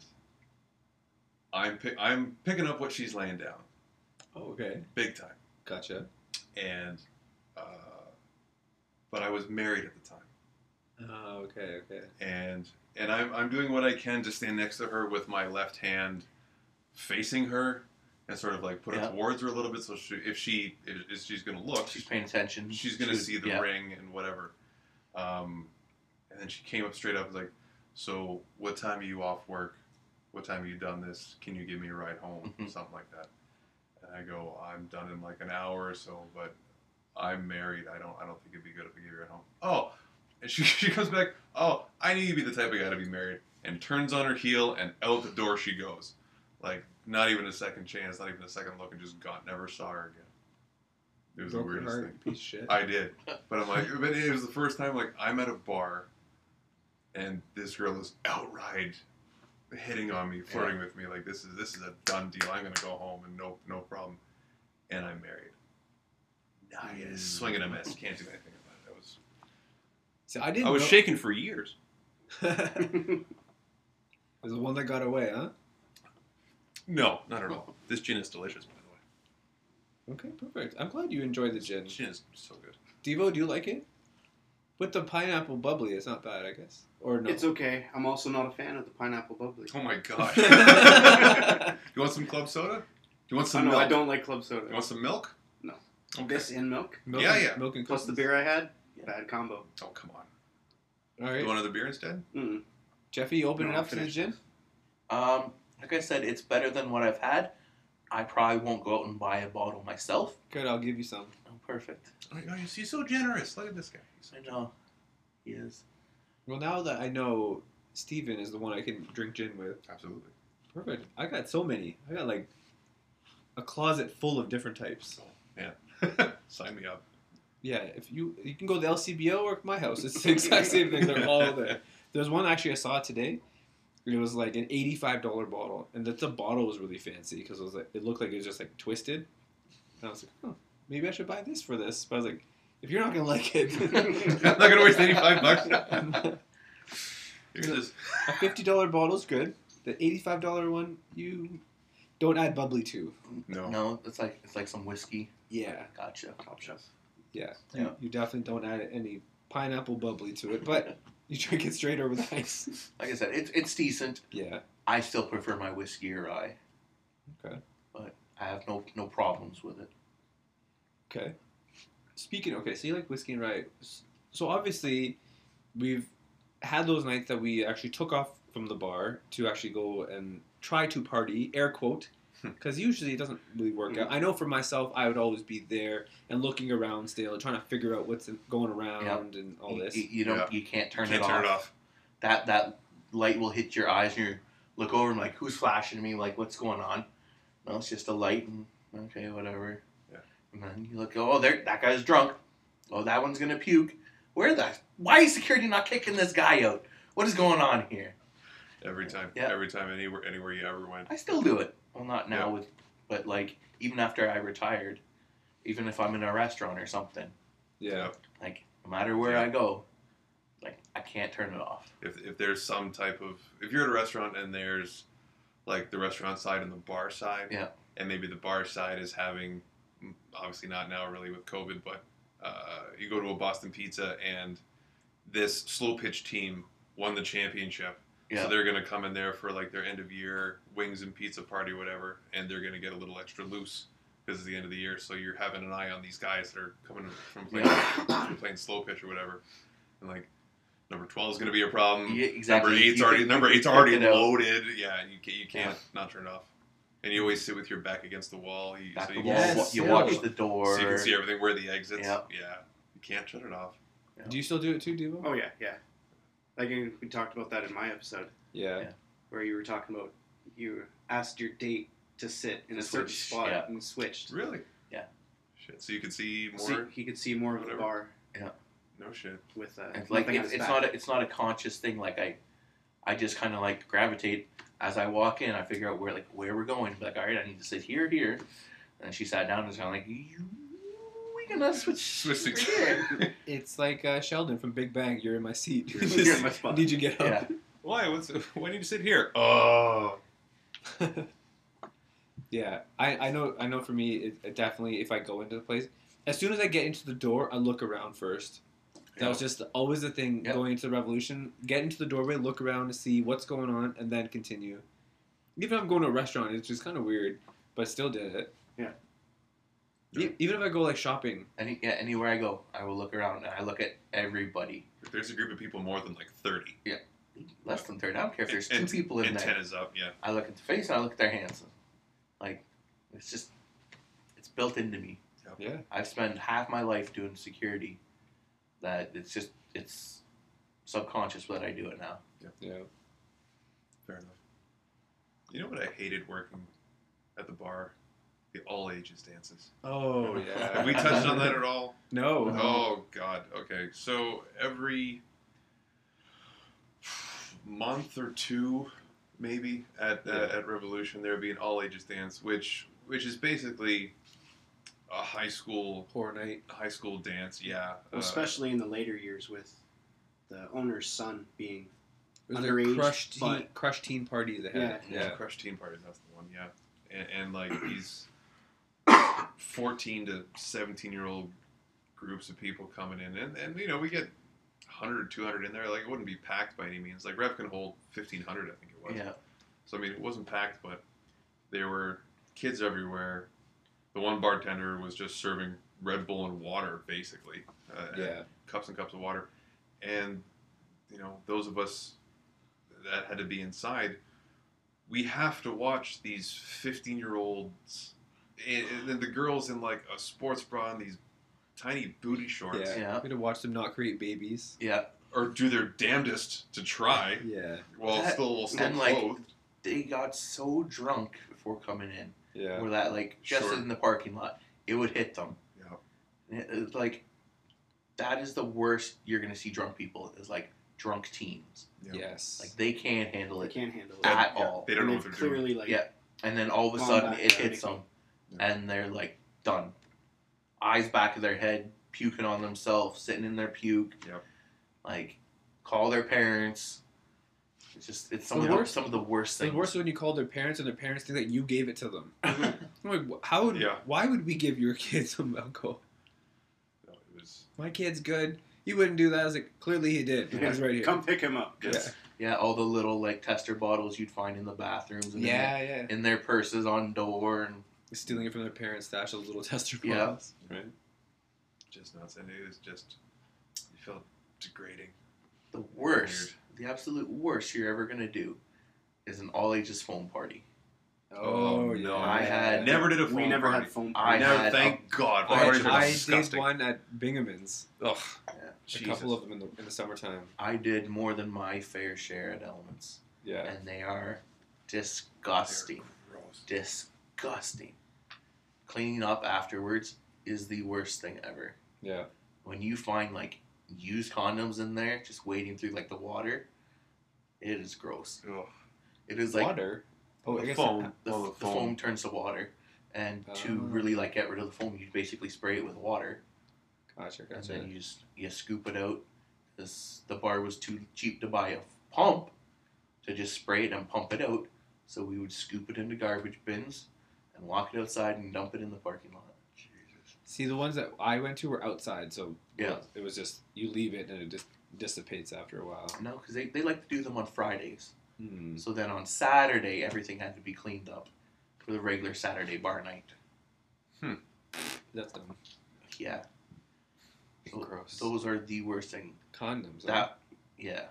i'm, pick, I'm picking up what she's laying down
Oh, okay,
big time
gotcha.
and uh, but i was married at the time
Oh, okay, okay.
and and I'm, I'm doing what I can to stand next to her with my left hand facing her and sort of like put
Yeah.
it towards her a little bit so she, if she if, if she's gonna look
She's paying attention.
she's gonna
She was-
see the
yeah.
ring and whatever um, and then she came up straight up like so what time are you off work what time are you done this can you give me a ride home
Mhm.
something like that and I go I'm done in like an hour or so but I'm married I don't I don't think it'd be good if I give you a ride home oh and she, she comes back, oh, I need to be the type of guy to be married, and turns on her heel and out the door she goes. Like, not even a second chance, not even a second look, and just got never saw her again. It was
Broke
the
your
weirdest
heart,
thing.
piece of shit.
I did. But I'm like, but it was the first time, like, I'm at a bar, and this girl is outright hitting on me, flirting with me. Like, this is this is a done deal. I'm going to go home, and no, no problem. And I'm married. Nice. Swing and a miss. Can't do anything about it. That was
so I didn't. know-
shaken for years.
There's the one that got away, huh?
No, not at all. This gin is delicious, by the
Okay, perfect. I'm glad you enjoy the
way.
gin.
Gin is so good.
Devo, do you like it? With the pineapple bubbly, it's not bad, I guess. Or no?
It's okay. I'm also not a fan of the pineapple bubbly.
Oh my god. you want some club soda? Do you want
Oh,
some
no,
milk?
I don't like club soda.
You want some milk?
No. This and milk,
Milk
Yeah,
and-
yeah.
Milk and
plus the
cookies.
beer I had.
Yeah.
Bad combo.
Oh come on.
All
You
right,
want another beer instead?
Mm.
Jeffy, you open
No,
it up to the
finish
gin.
Um, like I said, it's better than what I've had. I probably won't go out and buy a bottle myself.
Good, I'll give you some.
Oh, perfect.
Oh, you- he's he's so generous. Look at this guy. He's-
I know. He is.
Well, now that I know Steven is the one I can drink gin with,
Absolutely.
perfect. I got so many. I got like a closet full of different types.
Sign me up.
Yeah, if you you can go to the LCBO or my house, it's the exact same thing. They're all there. There's one actually I saw today. It was like an eighty-five dollar bottle, and that the bottle was really fancy because it was like it looked like it was just like twisted. And I was like, oh, maybe I should buy this for this. But I was like, if you're not gonna like it,
I'm not gonna waste eighty five bucks.
a
You're just
fifty-dollar bottle's good. The eighty-five dollar one, you don't add bubbly to.
no.
No, it's like it's like some whiskey.
Yeah,
Gotcha.
Top shelf.
yeah.
Yeah.
You, you definitely don't add any pineapple bubbly to it, but you drink it straight over the ice.
Like I said, it's it's decent.
Yeah.
I still prefer my whiskey or rye.
Okay.
But I have no no problems with it.
Okay. Speaking. Okay, so you like whiskey and rye. S- So obviously, we've had those nights that we actually took off from the bar to actually go and try to party, air quote,
Hmm.
because usually it doesn't really work out. I know for myself, I would always be there and looking around still, and trying to figure out what's going around and all
You-
this.
You, you don't.
Yeah.
You can't turn,
Can't
it,
turn
off.
it off.
That that light will hit your eyes, and you look over and like, who's flashing me? Like, what's going on? No, it's just a light. And okay, whatever.
Yeah.
And then you look. Oh, there. That guy's drunk. Oh, that one's gonna puke. Where the? Why is security not kicking this guy out? What is going on here?
Every time.
Yeah.
Every time anywhere anywhere you ever went.
I still do it. Well, not now,
Yeah.
with, but like even after I retired, even if I'm in a restaurant or something,
yeah.
like no matter where
Yeah.
I go, like I can't turn it off.
if, if there's some type of if you're at a restaurant and there's like the restaurant side and the bar side
Yeah.
and maybe the bar side is having m- obviously not now really with covid but uh, you go to a boston pizza and this slow pitch team won the championship
Yeah.
so they're going to come in there for like their end of year wings and pizza party whatever and they're going to get a little extra loose because it's the end of the year so you're having an eye on these guys that are coming from playing, from playing slow pitch or whatever and like number 12 is going to be a problem
Yeah, exactly. You
Mm. Number eight's
can-
already
you
number
can
eight's
pick
already
it out.
loaded. Yeah, you can't, you can't
Yeah.
not turn it off. And you always sit with your back against the wall. You,
Back the
so you
wall.
can
Yes,
wa- you
yeah.
watch the door.
so you can see everything where the exits.
Yeah.
you can't shut it off.
Do you still do it too, Devo?
Oh yeah, yeah. Like you- we talked about that in my episode
yeah.
where you were talking about you asked your date to sit in
To
a certain
switch,
spot
yeah.
and switched.
Really?
Yeah.
Shit. So you can see more.
So he could see more of the
Whatever.
bar
No shit.
with uh,
It's like
nothing on
it's,
his
it's
back.
not a, it's not a conscious thing. Like I, I just kind of like gravitate as I walk in. I figure out where like where we're going. Be like all right, I need to sit here, here. And she sat down and was kind of like, "You- we gonna switch
Switch
over
seats.
here."
It's like uh, Sheldon from Big Bang. You're in my seat.
You're in my spot.
Need you get up?
yeah,
Why? What's, why do you sit here? Oh.
yeah, I, I know I know for me it, it definitely if I go into the place as soon as I get into the door I look around first. That was just always the thing
Yep.
going into the revolution. Get into the doorway, look around to see what's going on, and then continue. Even if I'm going to a restaurant, it's just kind of weird, but still did it.
Yeah.
E- even if I go like shopping,
Any, yeah, anywhere I go, I will look around and I look at everybody.
If there's a group of people more than like thirty,
Less than thirty. I don't care if there's
and,
two people in
and
there.
ten is up. Yeah.
I look at the face and I look at their hands. Like, it's just, it's built into me.
yeah,
I've spent half my life doing security. That it's just, it's subconscious that I do it now.
yeah.
Fair enough. You know what I hated working at the bar? The all ages dances.
Oh
yeah.
Have we touched on that at all?
No.
Oh God. Okay. So every month or two, maybe at uh,
Yeah.
at Revolution, there would be an all ages dance, which which is basically a high school
Poor night.
high school dance. Yeah. Uh,
Well, especially in the later years with the owner's son being
It was a
Underage,
crush teen,
but-
crush teen party they had.
uh,
Yeah.
Crush Team Parties. That's the one. Yeah. And, and like these fourteen to seventeen year old groups of people coming in, and and you know we get. 100 or 200 in there like it wouldn't be packed by any means like rev can hold 1500 i think it was
Yeah.
So I mean, it wasn't packed, but there were kids everywhere. The one bartender was just serving Red Bull and water, basically. Uh,
Yeah.
Cups and cups of water. And, you know, those of us that had to be inside, we have to watch these 15 year olds and, and then the girls in like a sports bra and these tiny booty shorts
Yeah.
Yeah.
We're gonna watch them not create babies.
Yeah.
or do their damnedest to try
Yeah.
while
That-
still, still
and, like,
clothed.
They got so drunk before coming in.
Yeah.
Or that, like, just
Sure.
in the parking lot, it would hit them.
Yeah.
And it- it's like, that is the worst you're going to see drunk people is like drunk teens.
Yeah.
Yes.
Like, they can't handle
They
it
can't handle it.
Yeah.
at all.
They don't know
And
what they're
they've
doing.
clearly like
Yeah. and then all of a
Gone
sudden
back
it
there.
hits them,
Yeah.
and they're like done, eyes back of their head, puking on themselves, sitting in their puke.
Yep.
Like, call their parents. It's just it's some
The
of the
worst-
some of the worst
the
things.
worst is when you call their parents and their parents think that you gave it to them. I'm like, wh- how would?
Yeah.
Why would we give your kids some alcohol?
No, it was
My kid's good. He wouldn't do that. I was like, clearly he did. He's right here.
Come pick him up.
Yeah.
Yes.
yeah, all the little like tester bottles you'd find in the bathrooms. And
yeah, yeah.
In, their, in their purses on door and
Stealing it from their parents' stash, those little tester
Yeah.
bottles.
right. Just nuts, and it was just you felt degrading.
the worst, the absolute worst you're ever gonna do, is an all ages foam party.
Oh, no.
I had-
I never did a
We
foam
never
party.
had foam.
I
never,
had
thank God.
I,
Foam parties are
I did
disgusting.
one at Bingaman's. Ugh,
Jesus.
a couple of them in the, in the summertime.
I did more than my fair share at Elements.
Yeah.
and they are
They're
disgusting.
gross.
Disgusting. Cleaning up afterwards is the worst thing ever.
Yeah.
When you find like used condoms in there, just wading through like the water, it is gross.
Ugh.
It is like
Water. Oh, I
the
guess
foam.
the,
Oh,
the foam. turns to water, and to
Ah.
really like get rid of the foam, you basically spray it with water,
Gotcha,
and
gotcha.
then you just you scoop it out. This the bar was too cheap to buy a pump, to just spray it and pump it out. So we would scoop it into garbage bins, and walk it outside and dump it in the parking lot.
Jesus.
See, the ones that I went to were outside, so
Yeah.
it was just you leave it and it just dissipates after a while.
No, because they, they like to do them on Fridays.
Hmm.
So then on Saturday, everything had to be cleaned up for the regular Saturday bar night.
That's dumb.
Yeah, Tho-
Gross.
those are the worst thing.
Condoms. huh?
That yeah,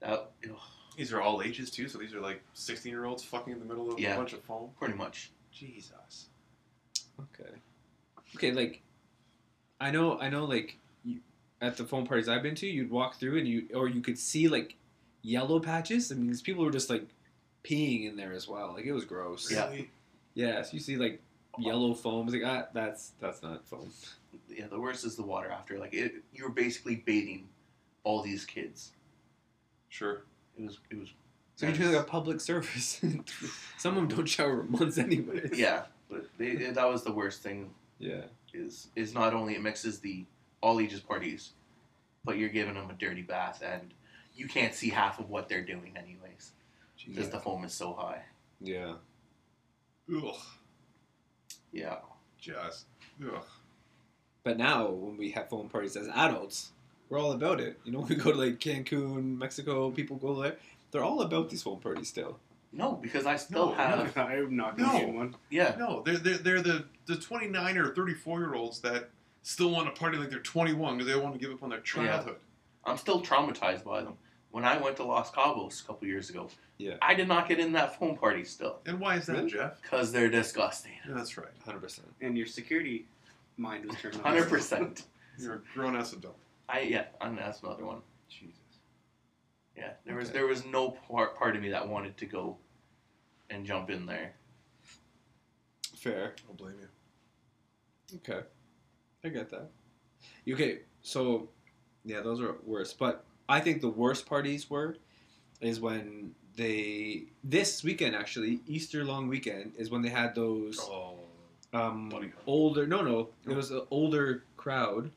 that ugh,
These are all ages too, so these are like sixteen-year-olds fucking in the middle of
Yeah.
a bunch of foam.
pretty much.
Jesus.
Okay. Okay, like I know I know like you, at the phone parties I've been to, you'd walk through and you or you could see like yellow patches. I mean, these people were just like peeing in there as well. Like it was gross.
Yeah.
Really?
Yeah, so you see like yellow foam. It's like ah, that's that's not foam.
Yeah, the worst is the water after. Like it, you were basically baiting all these kids.
Sure.
It was it was
So you're doing like a public service. Some of them don't shower for months anyway.
yeah, but they, that was the worst thing.
Yeah.
Is is not only it mixes the all ages parties, but you're giving them a dirty bath and you can't see half of what they're doing anyways because
Yeah.
the foam is so high.
Yeah.
Ugh.
Yeah.
Just. Ugh.
But now when we have phone parties as adults, we're all about it. You know, we go to like Cancun, Mexico, people go there. They're all about these phone parties still.
No, because I still
No,
have
I'm not gonna
No.
get one.
yeah.
No, they're they're, they're the the twenty-nine or thirty-four-year-olds that still want to party like they're twenty-one because they don't want to give up on their childhood.
I'm still traumatized by them. When I went to Los Cabos a couple years ago,
Yeah.
I did not get in that foam party still
And why is that,
Really?
Jeff?
because they're disgusting.
Yeah, that's right.
Hundred percent.
And your security mind was turned on.
Hundred percent.
You're a grown-ass adult.
I yeah, and that's another one.
Jesus.
Yeah, there was
Okay.
there was no part part of me that wanted to go and jump in there.
Fair.
I don't blame you.
Okay, I get that. Okay, so yeah, those are worse. But I think the worst parties were is when they this weekend actually Easter long weekend is when they had those
Oh. Bunny
um,
hop.
older no no it was an older crowd.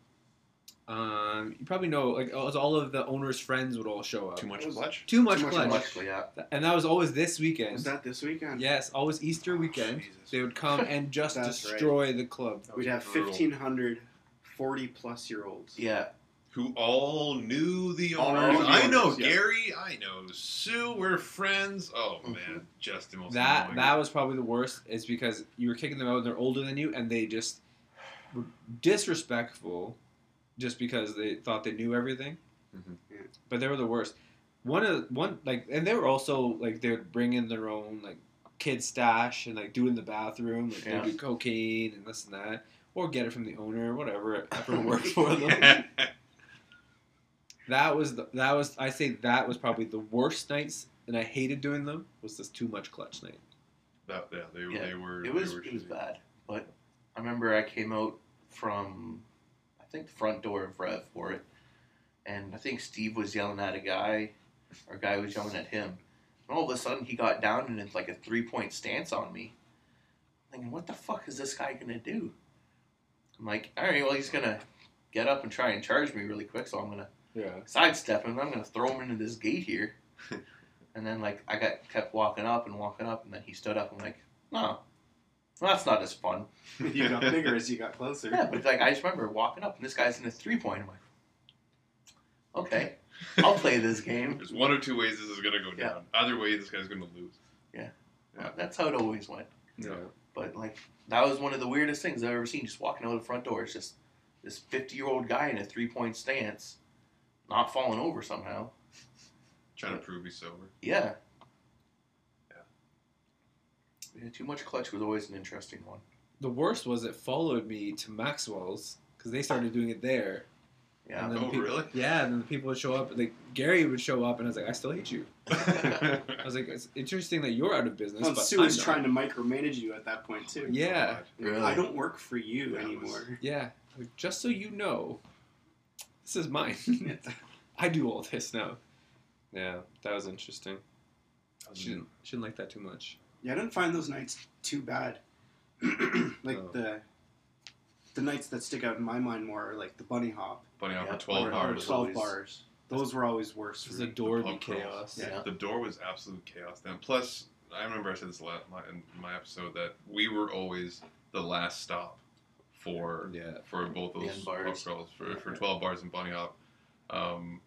Um, you probably know like it was all of the owner's friends would all show up.
Too much
It was-
clutch.
Too much
Too much
clutch.
Much, yeah.
And that was always this weekend.
Was that this weekend?
Yes, always Easter weekend.
Jesus.
They would come and just
That's right.
destroy the club.
That was
We'd have
brutal.
1,500 40 plus year olds.
Yeah.
who all knew the
All
owners.
knew the
I know
owners, yeah.
Gary. I know Sue. We're friends. Oh
Mm-hmm.
man, just the most
That
annoying.
that was probably the worst. Is because you were kicking them out. They're older than you, and they just were disrespectful just because they thought they knew everything.
Mhm.
Yeah.
But they were the worst. One of one like, and they were also like they would bring in their own like kid stash and like do it in the bathroom, like
Yeah.
they do cocaine and this and that, or get it from the owner, whatever whatever worked for them. That was the, that was I say that was probably the worst nights, and I hated doing them. Was this too much clutch night?
That, yeah, they,
Yeah,
they were.
It was
they were
it was
shitty.
bad, but I remember I came out from I think the front door of Rev for it, and I think Steve was yelling at a guy, or a guy was yelling at him, and all of a sudden he got down and it's like a three point stance on me. I'm thinking, what the fuck is this guy gonna do? I'm like, all right, well he's gonna get up and try and charge me really quick, so I'm gonna
Yeah.
sidestep him. I'm gonna throw him into this gate here. and then like I got kept walking up and walking up, and then he stood up and like, no, well, that's not as fun.
you got bigger as you got closer.
Yeah, but like I just remember walking up, and this guy's in a three point. I'm like, okay, I'll play this game.
There's one or two ways this is gonna go
Yeah.
down. Either way, this guy's gonna lose. Yeah.
That's how it always went.
Yeah.
But like that was one of the weirdest things I've ever seen. Just walking out the front door, it's just this fifty year old guy in a three point stance, not falling over somehow.
Trying to prove he's sober.
Yeah.
Yeah.
Yeah, too much clutch was always an interesting one.
The worst was it followed me to Maxwell's because they started doing it there.
Yeah.
And then
Oh,
the people,
really?
Yeah, and then the people would show up. Like Gary would show up, and I was like, I still hate you. I
oh,
was like, it's interesting that you're out of business.
Well,
but
Sue was
I'm not."
trying to micromanage you at that point too.
Yeah.
God.
Really?
I don't work for you
That was-
anymore.
Yeah. Like, Just so you know, this is mine. I do all this now. Yeah, that was interesting. She didn't, she didn't like that too much.
Yeah, I didn't find those nights too bad. like
Oh.
the the nights that stick out in my mind more are like the bunny hop
Bunny out
Yeah,
for 12
or, or
hours.
twelve
always-
bars. Those were always worse.
This
For
is a
me.
door
pub
of
crawls.
chaos.
Yeah.
The door was absolute chaos then. Plus, I remember I said this last, my, in my episode that we were always the last stop for
Yeah.
for both
Yeah,
those pub
bars.
crawls for, for 12 bars and Bunny Hop. Um,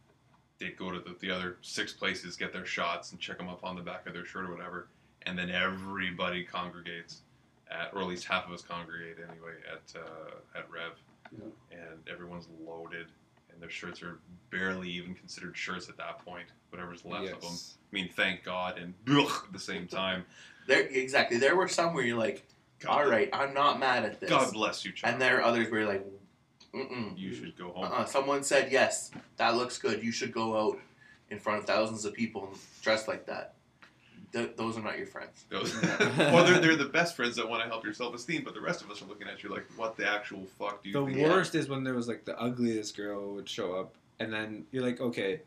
they'd go to the, the other six places, get their shots, and check them up on the back of their shirt or whatever. And then everybody congregates, at, or at least half of us congregate anyway, at, uh, at Rev. And everyone's loaded, and their shirts are barely even considered shirts at that point, whatever's left of them.
Yes.
I mean, thank God and blech at the same time.
There exactly. There were some where you're like,
God,
all right, I'm not mad at this.
God bless you, child.
and there are others where you're like, mm
you should go home.
Uh-uh. Someone said yes, that looks good. You should go out in front of thousands of people and dress like that. Th- those are not your friends.
Those- well, they're, they're the best friends that want to help your self esteem, but the rest of us are looking at you like, what the actual fuck do you
The
think?
wor-
worst is when there was like the ugliest girl would show up, and then you're like, okay,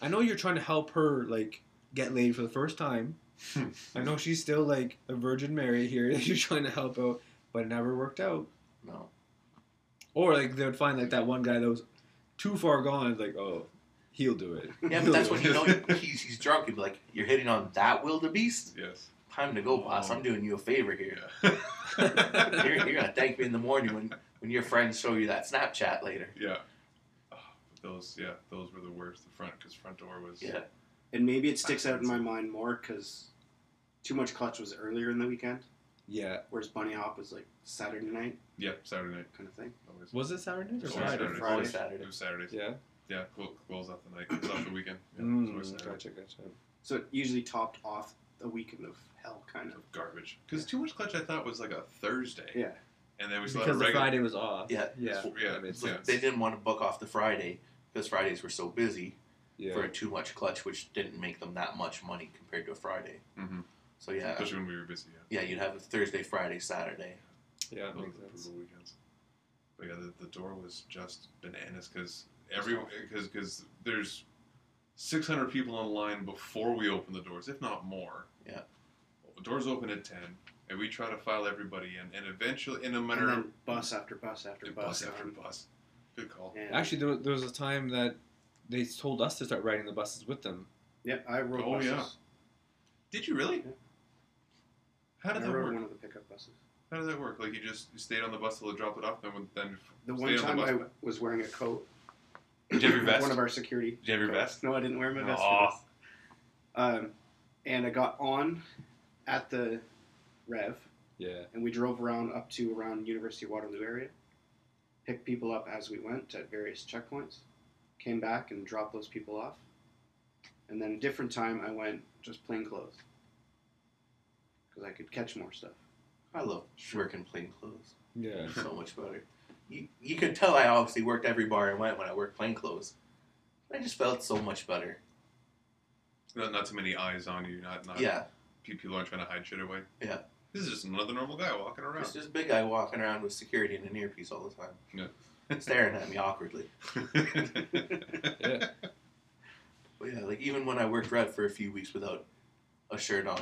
I know you're trying to help her like get laid for the first time.
Hmm.
I know she's still like a Virgin Mary here that you're trying to help out, but it never worked out.
No.
Or like they would find like that one guy that was too far gone. Like, oh, he'll do it.
Yeah, but that's when you know he's, he's drunk. You'd be like, you're hitting on that wildebeest?
Yes.
Time to go, boss. I'm doing you a favor here.
Yeah.
you're, you're gonna thank me in the morning when, when your friends show you that Snapchat later.
yeah. Oh, those, yeah, those were the worst. The front, because front door was.
Yeah,
And maybe it sticks out in my mind more because too much clutch was earlier in the weekend,
Yeah.
whereas bunny hop was like Saturday night
Yeah, Saturday night.
kind of thing.
Always.
Was it Saturday night or
Always
Friday?
Saturday.
Friday.
always Saturday.
It was Saturdays. Yeah,
Yeah.
clo- close off the night. Close off the weekend. Yeah, it was
Mm,
always Saturday.
gotcha, gotcha.
So it usually topped off a weekend of hell, kind of.
Of garbage. Because too much clutch, I thought, was like a Thursday.
Yeah.
And then we still had a
Because the
regular.
Friday was off.
Yeah,
Yeah.
Yeah.
That made
it's like
sense.
they didn't want to book off the Friday because Fridays were so busy
Yeah.
for a too much clutch, which didn't make them that much money compared to a Friday.
Mhm.
So yeah,
Especially when we were busy. Yeah.
yeah, you'd have a Thursday, Friday, Saturday.
Yeah. That
Those
makes
were the
sense.
brutal weekends. But yeah, the, the door was just bananas because every because because there's 600 people online before we open the doors, if not more.
Yeah.
The doors open at 10, and we try to file everybody in, and eventually in a
And
matter
then bus after bus after
of
bus.
bus after
and-
bus. Good call.
and-
Actually, there was, there was a time that they told us to start riding the buses with them.
yeah, I rode
Oh,
buses.
yeah. Did you really?
Yeah.
How did
I
that
rode
work?
one of the pickup buses.
How did that work? Like you just stayed on the bus till it dropped it off, then would- then
The
stayed
one
on
time
the bus.
I was wearing a coat.
Did you have your vest?
One of our security.
Did you have your
coats.
vest?
No, I didn't wear my vest.
Aw.
For this. Um, and I got on at the Rev,
Yeah.
and we drove around up to around University of Waterloo area, picked people up as we went at various checkpoints, came back and dropped those people off. And then a different time, I went just plain clothes because I could catch more stuff.
I love working plain clothes.
Yeah.
It's so much better. You, you could tell I obviously worked every bar I went when I worked plain clothes. I just felt so much better.
Not, not too many eyes on you. Not not
Yeah,
pe- people aren't trying to hide shit away.
Yeah.
This is just another normal guy walking around.
just this big guy walking around with security and an earpiece all the time. staring at me awkwardly. But yeah, like even when I worked red for a few weeks without a shirt on,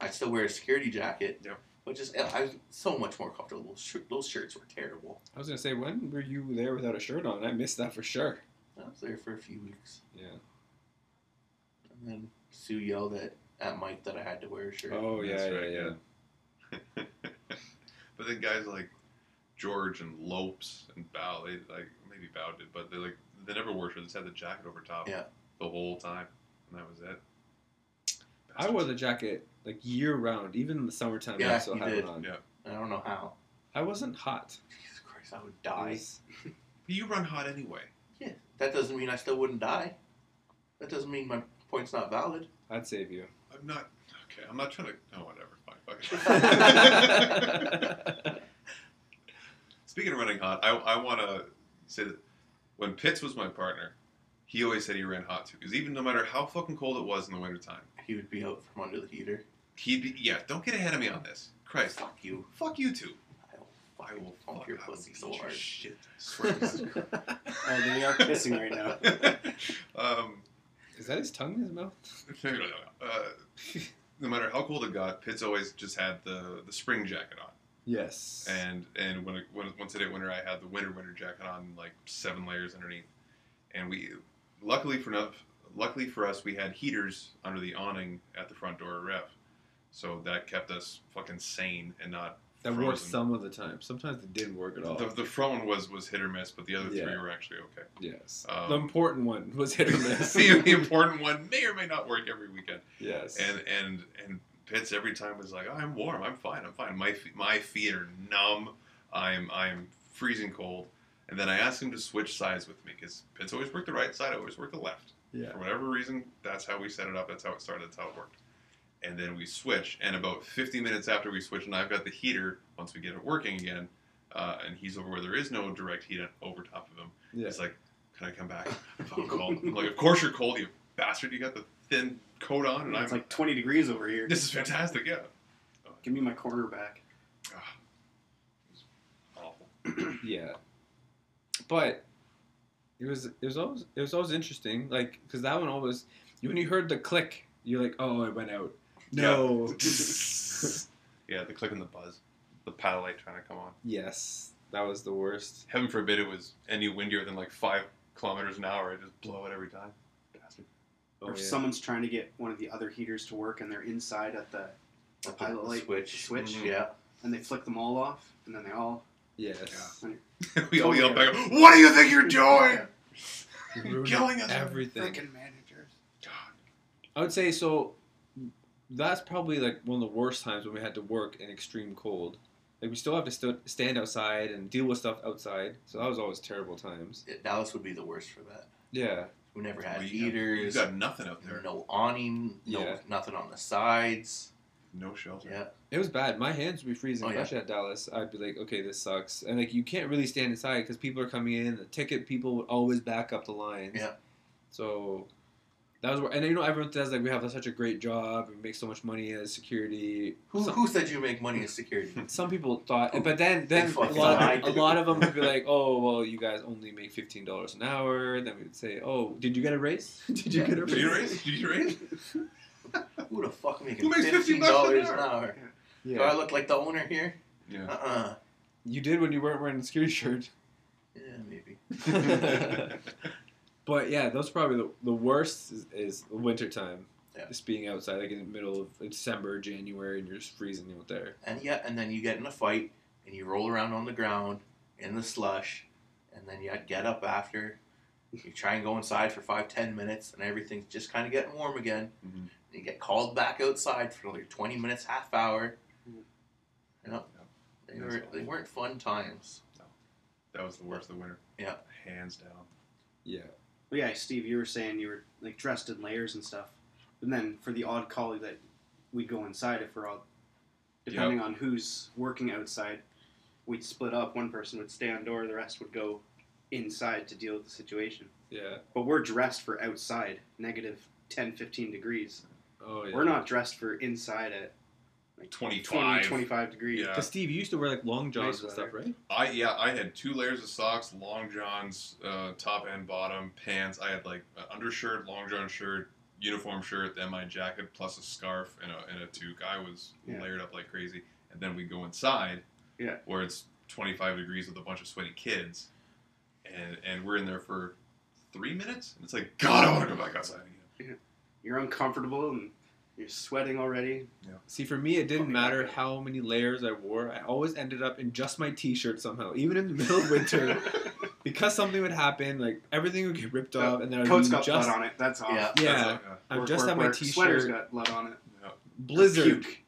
I'd still wear a security jacket.
Yeah.
But just I was so much more comfortable. Shir- Those shirts were terrible.
I was gonna say, when were you there without a shirt on? I missed that for sure.
I was there for a few weeks,
Yeah.
and then Sue yelled at, at Mike that I had to wear a shirt.
Oh yeah,
That's
yeah,
right,
yeah.
but then guys like George and Lopes and Bow, they like maybe Bow did, but they like they never wore shirts. They just had the jacket over top.
Yeah.
The whole time, and that was it.
I wore the jacket like year round, even in the summertime. I
Yeah,
still
you
had
did.
it on.
Yeah.
I don't know how.
I wasn't hot.
Jesus Christ, I would
I
die.
was-
But you run hot anyway.
Yeah, that doesn't mean I still wouldn't die. That doesn't mean my point's not valid.
I'd save you.
I'm not okay. I'm not trying to. Oh, whatever. Fine. Fuck it. Speaking of running hot, I, I want to say that when Pitts was my partner, he always said he ran hot too. Because even no matter how fucking cold it was in the wintertime,
He would be out from under the heater.
he'd be, yeah, don't get ahead of me on this. Christ,
Fuck you.
fuck you two. I
Fuck
will
Fuck
fuck
your
I will
pussy
beat
so
your
hard.
Shit, I swear to
Oh, they are kissing right now.
God. um,
Is that his tongue in his mouth?
no, no, no, no. Uh, no matter how cold it got, Pitts always just had the, the spring jacket on.
Yes.
and and when, it, when it- once it hit winter, I had the winter winter jacket on, like seven layers underneath. And we, luckily for enough, luckily for us, we had heaters under the awning at the front door of ref, so that kept us fucking sane and not.
that
frozen.
worked some of the time. Sometimes it didn't work at all.
The, the front one was was hit or miss, but the other three
Yeah.
were actually okay.
yes.
Um,
the important one was hit or miss.
the, the important one may or may not work every weekend.
yes.
And and and Pitts every time was like, I'm warm, I'm fine, I'm fine. My fe- my feet are numb. I'm I'm freezing cold. And then I asked him to switch sides with me because Pitts always worked the right side, I always worked the left.
yeah.
For whatever reason, that's how we set it up. That's how it started. That's how it worked. And then we switch. And about 50 minutes after we switch, and I've got the heater once we get it working again, uh, and he's over where there is no direct heat over top of him.
Yeah.
It's like, can I come back? I'm fucking cold. I'm like, of course you're cold, you bastard. You got the thin coat on, and
It's
I'm
like 20 degrees over here.
this is fantastic. Yeah,
Give me my corner back.
awful.
Yeah. But it was it was always it was always interesting, like because that one always you- when you heard the click, you're like, oh, it went out. No.
yeah, the click and the buzz, the paddle light trying to come on.
yes, that was the worst.
Heaven forbid it was any windier than like five kilometers an hour. I just blow it every time. Bastard.
Oh,
or if someone's trying to get one of the other heaters to work and they're inside at the, the pilot light
switch. Mm-hmm.
switch
Mhm.
Yeah.
and they flick them all off and then they all
Yes.
we all yell back. What do you think you're doing?
Ruined
Killing us.
Everything.
Frickin' managers.
God.
I would say so. That's probably like one of the worst times when we had to work in extreme cold. Like we still have to st- stand outside and deal with stuff outside, so that was always terrible times.
Yeah, Dallas would be the worst for that.
Yeah,
We never had
We-
heaters.
You got nothing out there.
no awning, no
Yeah.
nothing on the sides.
No shelter.
Yeah,
it was bad. My hands would be freezing.
Oh,
if
yeah.
I should at Dallas, I'd be like, okay, this sucks. And like you can't really stand inside because people are coming in. The ticket people would always back up the lines.
Yeah.
So that was where, and you know everyone says like we have such a great job, we make so much money as security.
who,
Some-
who said you make money as security?
Some people thought, but then then a
Oh, fucking
lot,
lied.
of, a lot of them would be like, "Oh, well, you guys only make fifteen dollars an hour." Then we'd say, "Oh, did you get a raise? did you
Yeah.
get a
Did you
raise?"
raise? Did you raise?
who the fuck making
Who makes
fifteen
$15
dollars
an
an hour? Do I
Yeah,
look like the owner here?
Yeah.
Uh uh
you did when you weren't wearing a security shirt.
Yeah, maybe. Mm-hmm.
But yeah, those are probably the, the worst is, is the winter time.
Yeah.
Just being outside, like in the middle of December, January, and you're just freezing out there.
And yeah, and then you get in a fight and you roll around on the ground in the slush, and then you get up after. You try and go inside for five ten minutes, and everything's just kind of getting warm again.
Mhm.
You get called back outside for another twenty minutes, half hour.
Mm.
Yep. They, were, they weren't fun times.
That That was the worst. The winter.
Yeah.
Hands down.
Yeah.
Well, yeah, Steve, you were saying you were like dressed in layers and stuff, and then for the odd collie that we'd go inside if we're all, depending on who's working outside, we'd split up. One person would stay on door, the rest would go inside to deal with the situation.
Yeah.
But we're dressed for outside, negative 10, 15 degrees.
Oh yeah.
We're not dressed for inside at like
25.
20, 25 degrees.
Yeah.
Cause Steve, you used to wear like long johns
Nice
and stuff,
weather.
right?
I yeah, I had two layers of socks, long johns, uh, top and bottom, pants. I had like an undershirt, long john shirt, uniform shirt, then my jacket plus a scarf and a, and a toque. I was
Yeah.
layered up like crazy, and then we go inside,
Yeah.
where it's 25 degrees with a bunch of sweaty kids, and and we're in there for three minutes, and it's like God, I want to go back outside again.
You're uncomfortable and you're sweating already.
See, for me, it didn't
Fucking
matter
okay.
how many layers I wore. I always ended up in just my T-shirt somehow, even in the middle of winter, because something would happen. Like everything would get ripped off, and then I'd
Coat's
be
got
just
blood on it. That's off.
Yeah.
yeah.
That's like, uh,
I'm
Work,
just
work,
at my
work. Sweater's
T-shirt.
got blood on it.
no.
Blizzard,
Puke.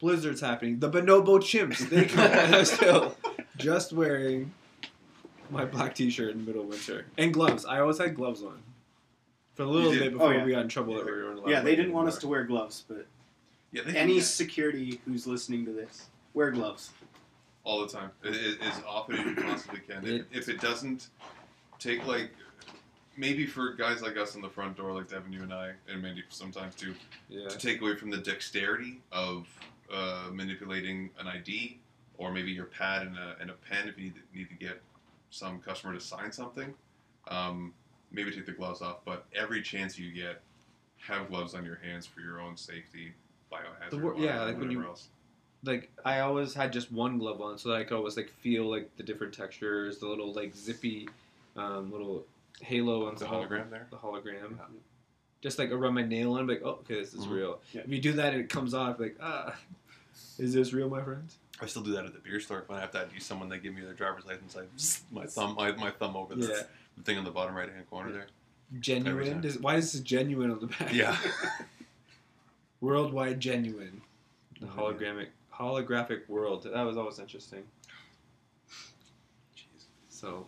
blizzards happening. The bonobo chimps. They come and I'm still just wearing my black T-shirt in middle of winter and gloves. I always had gloves on. For a little
did?
bit before
Oh, yeah.
we got in trouble that we were in
Yeah, they didn't want us to wear gloves, but
Yeah, they
any
do that
security who's listening to this, wear gloves.
all the time, A- a- as often as you possibly can. If, if it doesn't take like maybe for guys like us on the front door, like Devin, you and I, and Mandy sometimes too,
Yeah.
to take away from the dexterity of uh, manipulating an ID or maybe your pad and a, and a pen if you need to, need to get some customer to sign something. Um, maybe take the gloves off, but every chance you get, have gloves on your hands for your own safety, biohazard.
The wor-
wise,
yeah,
or
like when you-
whatever else.
like I always had just one glove on, so that I could always like feel like the different textures, the little like zippy, um, little halo on
the
top,
hologram there.
the hologram.
Yeah.
Just like around my nail and I'm like, oh, okay, this is
Mhm.
real.
Mm-hmm. Yeah.
If you do that, and it comes off. Like, ah, is this real, my friend?
I still do that at the beer store when I have to ID someone. They give me their driver's license. I zzz, my thumb, my, my thumb over the,
Yeah.
the thing on the bottom right hand corner there. Every
Genuine.
time.
Does, why is this genuine on the back?
Yeah,
Worldwide genuine. The
Yeah.
hologramic holographic world. That was always interesting.
jeez,
So,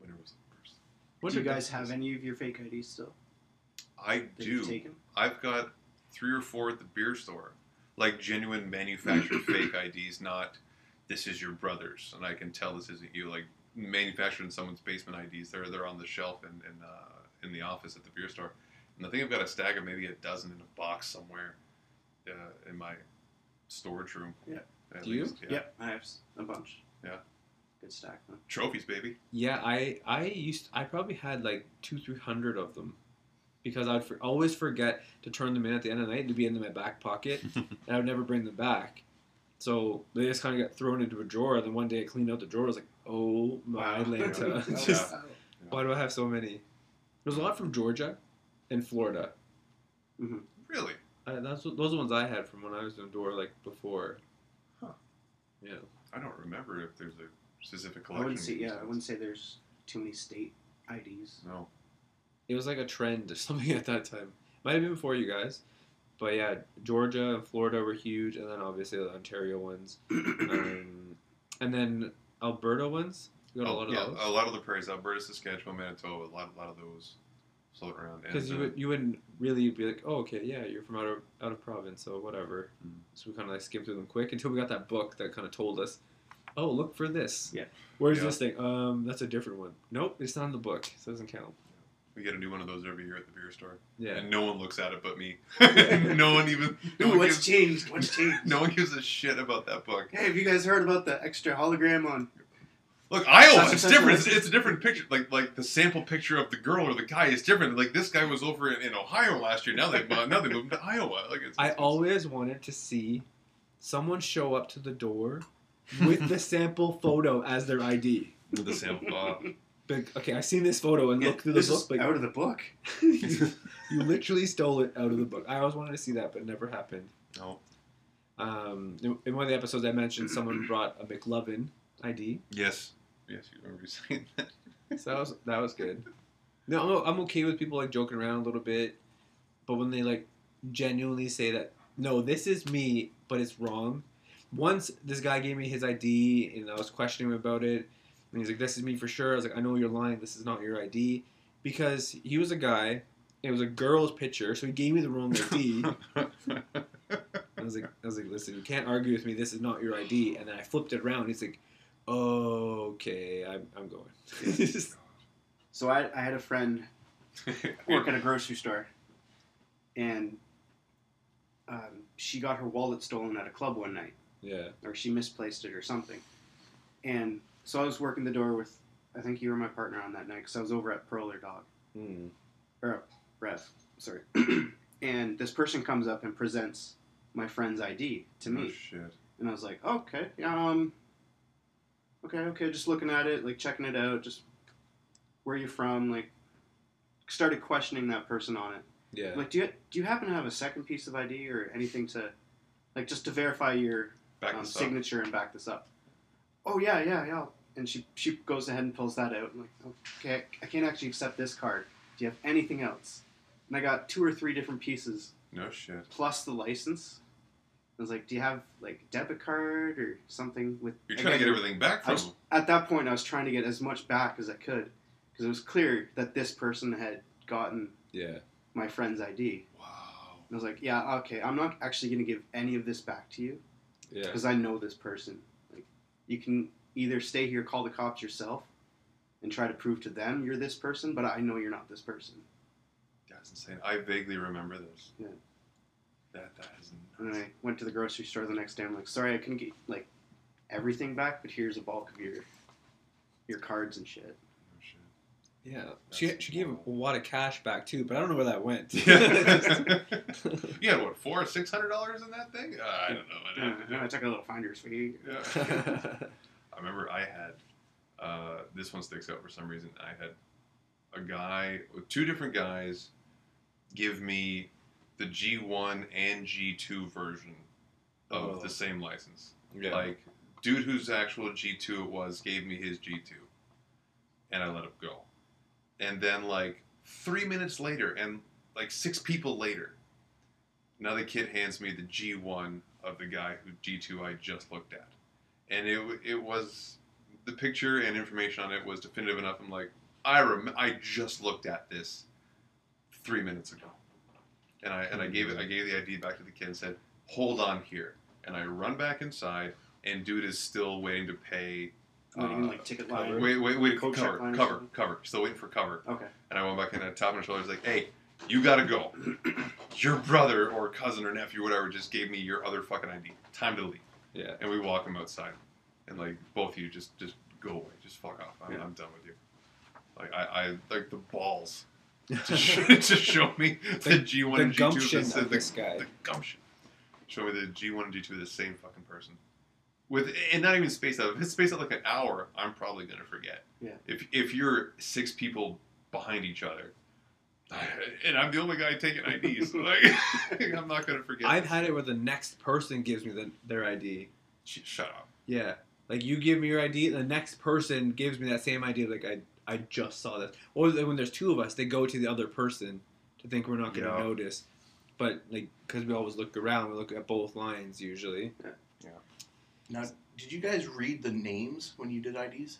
winter was the worst.
what
do you
are-
guys have any of your fake IDs still?
I
that
do.
you've taken?
I've got three or four at the beer store, like genuine manufactured fake IDs, not this is your brother's, and I can tell this isn't you. Like manufactured in someone's basement IDs. They're they're on the shelf in in, uh, in the office at the beer store, and I think I've got a stack of maybe a dozen in a box somewhere uh, in my storage room.
Yeah.
At
Do you?
least, yeah.
Yep, I have s- a bunch.
Yeah.
Good stack, huh?
Trophies, baby.
Yeah, I I used I probably had like two three hundred of them, because I'd for, always forget to turn them in at the end of the night to be in my back pocket, and I would never bring them back. So they just kind of got thrown into a drawer. And then one day I cleaned out the drawer. I was like, oh my Atlanta,
Oh,
Just-
wow.
why do I have so many? There's a lot from Georgia, and Florida.
Really?
I, that's what, those are the ones I had from when I was in door like before.
Huh.
Yeah.
I don't remember if there's a specific
I
collection.
wouldn't say
of these
yeah, I
things.
wouldn't say there's too many state IDs.
No.
it was like a trend or something at that time. Might have been before you guys, but yeah, Georgia and Florida were huge, and then obviously the Ontario ones, um, and then Alberta ones. You got a
Oh,
lot of
yeah,
those
a lot of the prairies, Alberta, Saskatchewan, Manitoba, a lot, a lot of those floating around. And,
because you
uh,
would you wouldn't really be like, oh okay, yeah, you're from out of out of province, so whatever.
Mm.
So we kind of like skimmed through them quick until we got that book that kind of told us, oh look for this.
Yeah.
Where's
Yeah.
this thing? Um, that's a different one. Nope, it's not in the book. So it doesn't count.
we get a new one of those every year at the beer store,
Yeah.
and no one looks at it but me. no one even. No
Ooh,
one,
what's
gives,
changed? What's changed?
no one gives a shit about that book.
Hey, have you guys heard about the extra hologram on?
Look, Iowa,
That's-
it's
that's-
different. It's,
that's-
it's a different picture. Like like the sample picture of the girl or the guy is different. Like this guy was over in, in Ohio last year. Now they now they moved him to Iowa. Like it's,
I
it's-
always wanted to see someone show up to the door with the sample photo as their ID.
the sample. Uh,
Like, okay, I've seen this photo and
Yeah,
looked through the
this
book.
is
Like,
out of the book.
you, you literally stole it out of the book. I always wanted to see that, but it never happened.
no,
Um, in- in one of the episodes, I mentioned someone brought a McLovin ID,
yes, yes, you remember saying that.
so that was that was good. No, I'm o- I'm okay with people like joking around a little bit, but when they like genuinely say that no, this is me, but it's wrong. Once this guy gave me his ID and I was questioning him about it, And he's like, "This is me for sure." I was like, "I know you're lying. This is not your ID," because he was a guy. It was a girl's picture, so he gave me the wrong ID. I was like, I was like, listen, you can't argue with me. This is not your ID. And then I flipped it around. He's like, okay, I'm, I'm going. Just-
So I, I had a friend work at a grocery store, and um, she got her wallet stolen at a club one night,
yeah.
or she misplaced it or something. And so I was working the door with, I think you were my partner on that night because I was over at Pearl or Dog
Mm.
or Rev, sorry. and this person comes up and presents my friend's ID to me.
Oh, shit.
And I was like, okay, um, okay, okay, just looking at it, like checking it out, just where you from, like, started questioning that person on it.
Yeah.
Like, do you do you happen to have a second piece of ID or anything to, like, just to verify your
Back
um,
this up.
signature and back this up? Oh yeah, yeah, yeah. And she she goes ahead and pulls that out. i like, okay, I can't actually accept this card. Do you have anything else? And I got two or three different pieces
No shit.
plus the license. I was like, "Do you have like a debit card or something with?"
You're trying to get
Again,
everything back
I
from
was,
him.
at that point, I was trying to get as much back as I could because it was clear that this person had gotten
yeah.
my friend's ID. And
Wow.
I was like, "Yeah, okay, I'm not actually going to give any of this back to you
Yeah.
because I know this person. Like, you can either stay here, call the cops yourself, and try to prove to them you're this person, but I know you're not this person."
That's insane. I vaguely remember this.
Yeah.
That that is
And then
nuts.
I went to the grocery store the next day. I'm like, sorry, I couldn't get like everything back, but here's a bulk of your your cards and shit.
No shit.
Yeah. She,
That's
she gave a
wild.
lot of cash back too, but I don't know where that went.
Yeah. you had what four or six hundred dollars in that thing? Uh, I don't know. I
And
don't know.
I- I took a little finder's fee.
Yeah. I remember I had uh, this one sticks out for some reason. I had a guy, two different guys, give me the G1 and G2 version of
Oh.
the same license.
yeah.
Like, dude, whose actual G2 it was, gave me his G2, and I let him go. And then like three minutes later, and like six people later, another kid hands me the G1 of the guy who G2 I just looked at, and it w- it was the picture and information on it was definitive enough. I'm like, I rem- I just looked at this three minutes ago, and I and I gave it I gave the ID back to the kid and said, hold on here, and I run back inside, and dude is still waiting to pay.
Not even
uh,
like ticket line.
Wait, wait, wait!
Coat check
Cover,
line or
cover,
something?
cover. Still waiting for cover.
Okay.
And I went back in at top of my shoulders, like, "Hey, you gotta go. Your brother or cousin or nephew, whatever, just gave me your other fucking ID. Time to leave."
Yeah.
And we walk him outside, and like both of you just just go away, just fuck off. I'm,
Yeah.
I'm done with you. Like I, I like the balls to, sh- to show me the,
The-
G1
the
and G2
gumption
the,
of this guy.
The gumption. Show me the G1 and G2 of the same fucking person. With and not even spaced out. If it's spaced out like an hour, I'm probably gonna forget.
Yeah.
If if you're six people behind each other, and I'm the only guy taking IDs, like I'm not gonna forget.
I've
this.
had it where the next person gives me the, their ID.
Sh- Shut up.
Yeah. Like you give me your ID, the next person gives me that same ID. Like I, I just saw this. Or th- when there's two of us, they go to the other person to think we're not going to
Yeah.
notice. But like, because we always look around, we look at both lines usually.
Now, did you guys read the names when you did IDs?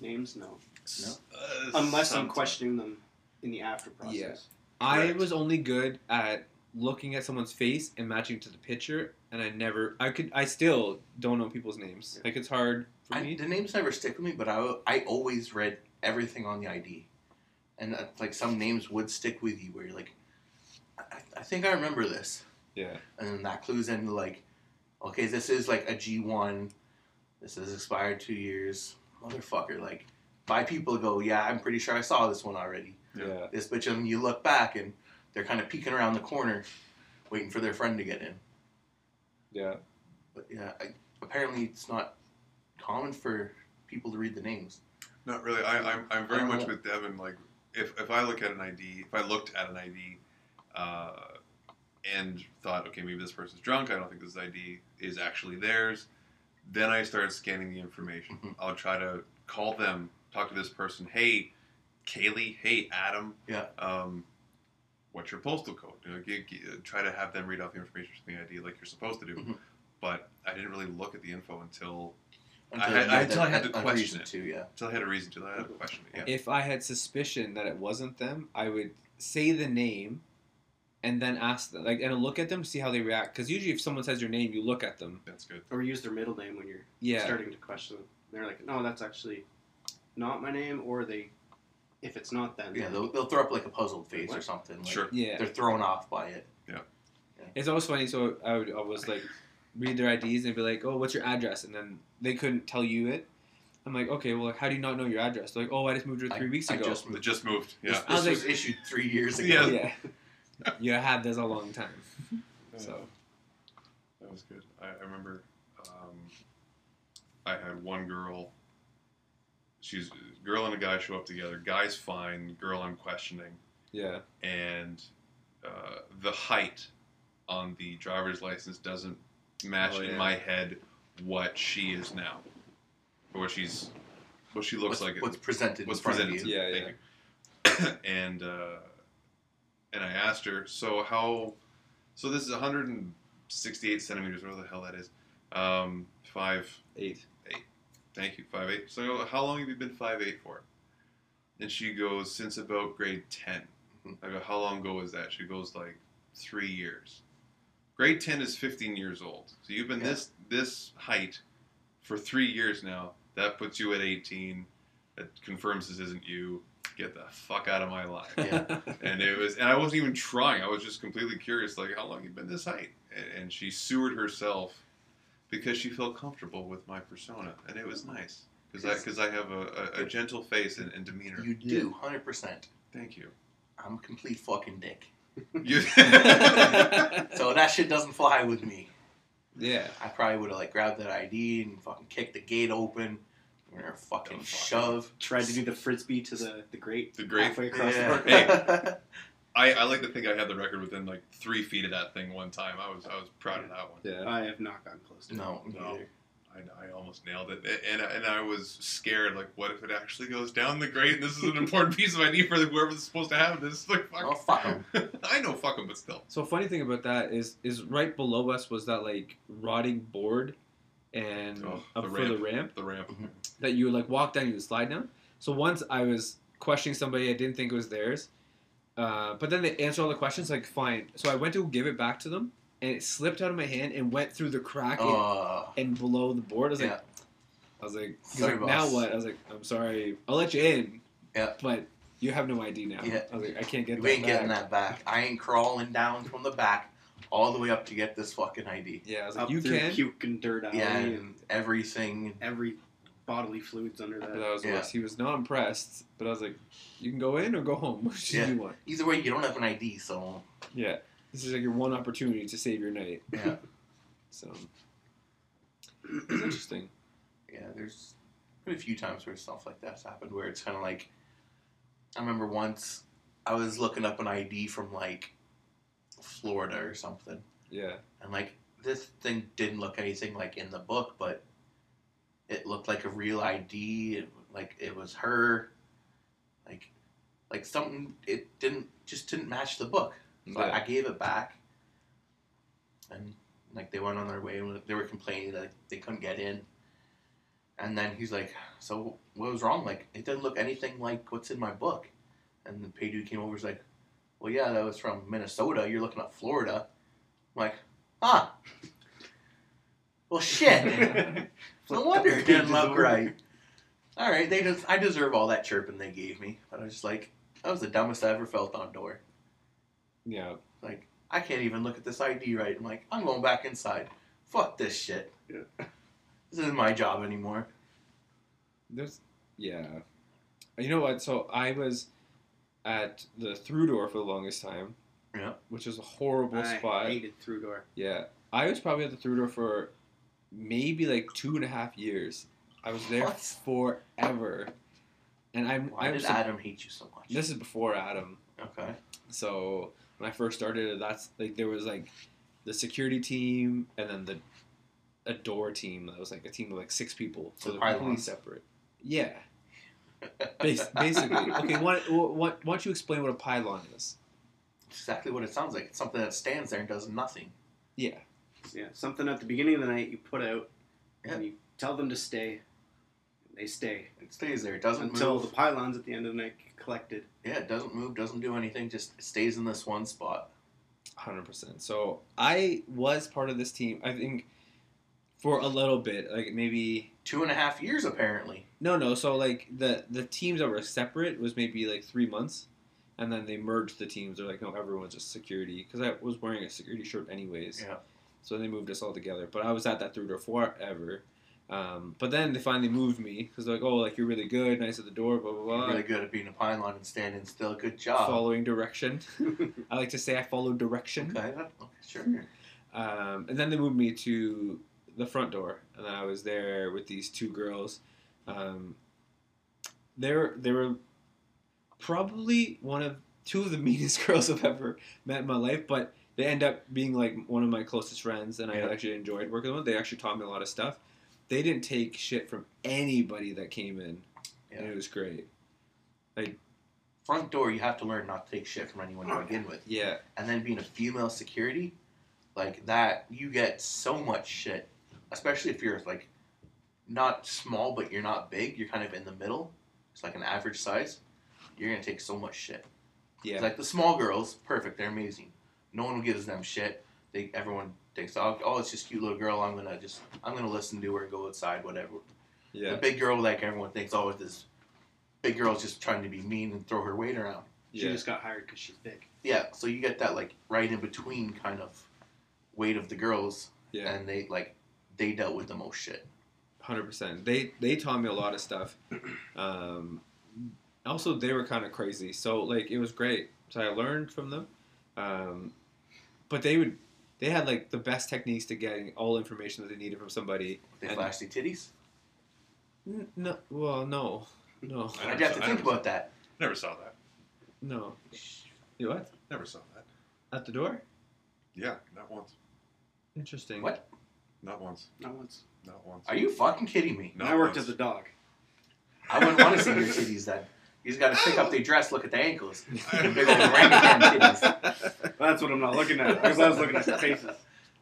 Names, no.
No.
Uh,
Unless I'm
sometimes.
questioning them in the after process.
Yeah. I
Correct.
was only good at looking at someone's face and matching to the picture, and I never, I could, I still don't know people's names. Like it's hard for
I,
me.
the names never stick with me, but I, I always read everything on the ID, and that's like some names would stick with you where you're like, I, I think I remember this,
Yeah,
and then that clues into like, okay, this is like a G one, this is expired two years, motherfucker. Like five people ago, yeah, I'm pretty sure I saw this one already.
Yeah.
yeah,
This bitch, and you look back and they're kind of peeking around the corner, waiting for their friend to get in.
yeah.
But yeah, I, apparently it's not common for people to read the names.
Not really. I, I'm, I'm very
I don't
much
know.
with Devin. Like, if, if I look at an ID, if I looked at an ID, uh, and thought, okay, maybe this person's drunk. I don't think this ID is actually theirs. Then I started scanning the information.
Mhm.
I'll try to call them, talk to this person. Hey, Kaylee. Hey, Adam.
Yeah.
Um, what's your postal code? You know, g g- try to have
Mm-hmm.
them read off the information from the ID like you're supposed to do.
Mhm.
But I didn't really look at the info until I
you
had-
have
until I had
that-
to
a
question
reason
it.
To, yeah.
Until I had a reason to. I had a question. Yeah.
If I had suspicion that it wasn't them, I would say the name, and then ask them, like, and look at them to see how they react. Because usually, if someone says your name, you look at them.
That's good.
Or use their middle name when you're
Yeah,
starting to question them. They're like, no, that's actually not my name, or they, if it's not them,
Yeah,
then
they'll, they'll throw up like a puzzled face or
What?
something. Like,
Sure.
yeah.
They're thrown off by it.
It's always funny. So I would always like read their IDs and be like, "Oh, what's your address?" And then they couldn't tell you it. I'm like, "Okay, well, like, how do you not know your address?" They're like, "Oh, I just moved here
I-
three weeks
I
ago."
just
They just moved. Yeah.
I
This,
was
this was
like-
issued three years ago.
Yeah.
yeah, you had this a long time. So
That was good. I, I remember um, I had one girl. She's girl and a guy show up together. Guy's fine. Girl, I'm questioning.
yeah,
And uh, the height on the driver's license doesn't match
Oh, yeah.
in my head what she is now, or what she's, what she
What's,
looks like.
what's presented
was
in front
presented
of
to
you.
me.
Yeah, yeah.
Thank you. and uh, and I asked her, so how? So this is 168 centimeters, whatever the hell that is. Um, five.
eight.
Thank you, five eight. So how long have you been five eight for? And she goes, since about grade 10
Mhm.
I go, how long ago was that? She goes, like three years. Grade ten is 15 years old. So you've been
Yeah.
this this height for three years now. That puts you at 18. That confirms this isn't you. Get the fuck out of my life.
Yeah.
and it was, and I wasn't even trying. I was just completely curious, like how long you been this height. And, and she sewered herself because she felt comfortable with my persona, and it was nice because I because I have a, a, a gentle face and, and demeanor.
You do, hundred percent.
Thank you.
I'm a complete fucking dick.
You-
So that shit doesn't fly with me.
yeah.
I probably would have like grabbed that ID and fucking kicked the gate open. Or fucking
Don't fucking-
shove.
tried to do the frisbee to the the grate
the great.
halfway across
Yeah.
the park.
I, I like to think I had the record within like three feet of that thing one time. I was I was proud of that one.
Yeah.
I have not gotten close to it.
no,
No.
neither.
I, I almost nailed it, A- and and I was scared. Like, what if it actually goes down the grate? And this is an important piece of ID for whoever's supposed to have this. Like, fuck.
Oh, fuck 'em.
I know, fuck him, but still.
So funny thing about that is is right below us was that like rotting board, and
Oh,
up
the
for
ramp.
the ramp
The ramp.
that you would like walk down, you would slide down. So once I was questioning somebody I didn't think was theirs, uh, but then they answered all the questions like fine. So I went to give it back to them, and it slipped out of my hand and went through the crack in-
Uh,
and below the board. I was
Yeah.
like, I was like, he's
Sorry,
like, now
boss."
what? I was like, I'm sorry, I'll let you in.
Yeah.
But you have no ID now.
Yeah.
I was like, I can't get
you
that
ain't getting
back."
that back. I ain't crawling down from the back all the way up to get this fucking ID.
Yeah, I was like,
Up
you
through
can.
puke and dirt alley
Yeah,
and
and everything.
every bodily fluids under
But
that.
that was
Yeah.
worse. He was not impressed. But I was like, you can go in or go home. Which do you want?
Either way, you don't have an ID, so
Yeah. This is like your one opportunity to save your night.
yeah,
So it's interesting.
yeah. There's been a few times where stuff like that's happened, where it's kind of like, I remember once I was looking up an ID from like Florida or something,
Yeah.
and like this thing didn't look anything like in the book, but it looked like a real ID. It, like it was her, like, like something. It didn't just didn't match the book. So I, I gave it back, and like they went on their way. and They were complaining that they couldn't get in, and then he's like, "So what was wrong? Like it doesn't look anything like what's in my book." And the pay dude came over. He's like, "Well, yeah, that was from Minnesota. You're looking at Florida." I'm like, "Huh? Well, shit. no wonder it didn't look right." All right, they just I deserve all that chirping they gave me, but I was just like, that was the dumbest I ever felt on door.
yeah.
Like, I can't even look at this ID right. I'm like, I'm going back inside. Fuck this shit.
Yeah.
This isn't my job anymore.
There's yeah. You know what? So I was at the through door for the longest time.
Yeah.
Which is a horrible
I
spot.
hated through door.
Yeah. I was probably at the through door for maybe like two and a half years. I was there
What?
forever. And I'm
Why
I'm
did
sur-
Adam hate you so much?
this is before Adam.
okay.
So when I first started, that's like there was like the security team and then the a door team that was like a team of like six people. So
The
they're
pylons.
completely separate. Yeah. Bas- basically, okay. Why, why, why don't you explain what a pylon is?
Exactly what it sounds like. It's something that stands there and does nothing.
Yeah,
Yeah, something at the beginning of the night you put out, and you tell them to stay. They stay
It stays there. It doesn't
until
move.
the pylons at the end of the night get collected.
Yeah, it doesn't move, doesn't do anything, just stays in this one spot.
Hundred percent. So I was part of this team. I think for a little bit, like maybe
Two and a half years, apparently.
no, no. So like the the teams that were separate was maybe like three months, and then they merged the teams. They're like, no, everyone's just security because I was wearing a security shirt anyways.
Yeah.
So they moved us all together. But I was at that through to forever. Um, but then they finally moved me because they're like, oh, like you're really good, nice at the door, blah blah blah.
really good at being a pylon and standing still. Good job.
Following direction. I like to say I follow direction.
Okay, that- okay, sure.
Um, and then they moved me to the front door, and I was there with these two girls. Um, they were they were probably one of two of the meanest girls I've ever met in my life, but they end up being like one of my closest friends, and I
Yeah.
actually enjoyed working with them. They actually taught me a lot of stuff. They didn't take shit from anybody that came in, and
Yeah.
it was great.
Front door, you have to learn not to take shit from anyone to begin with.
Yeah,
And then being a female security, like that, you get so much shit. Especially if you're like not small, but you're not big. You're kind of in the middle. It's like an average size. You're gonna take so much shit.
yeah.
It's Like the small girls, perfect. They're amazing. No one gives them shit. They everyone thinks, oh, oh, it's just a cute little girl. I'm gonna just, I'm gonna listen to her and go outside, whatever. The
yeah,
big girl, like everyone thinks, oh, it's this big girl's just trying to be mean and throw her weight around.
She
yeah.
just got hired because she's big.
Yeah, so you get that like right in between kind of weight of the girls,
yeah.
and they like they dealt with the most shit.
Hundred percent. They they taught me a lot of stuff. Um, also, they were kind of crazy, so like it was great. So I learned from them. Um, but they would they had like the best techniques to getting all information that they needed from somebody.
They
And-
flashed their titties.
N- No, well, no, no,
I
I'd
never
have
saw-
to
I
think
never
about that.
Never saw that.
no. You what?
Never saw that.
At the door?
Yeah, not once.
Interesting.
What?
Not once.
Not once.
Not once.
Are you fucking kidding me?
Not
I worked
once.
as a dog.
I wouldn't want to see your titties then. You just got to pick up their dress, look at the ankles.
I-
Big old orangutan titties.
That's what I'm not looking at because I was looking at the faces.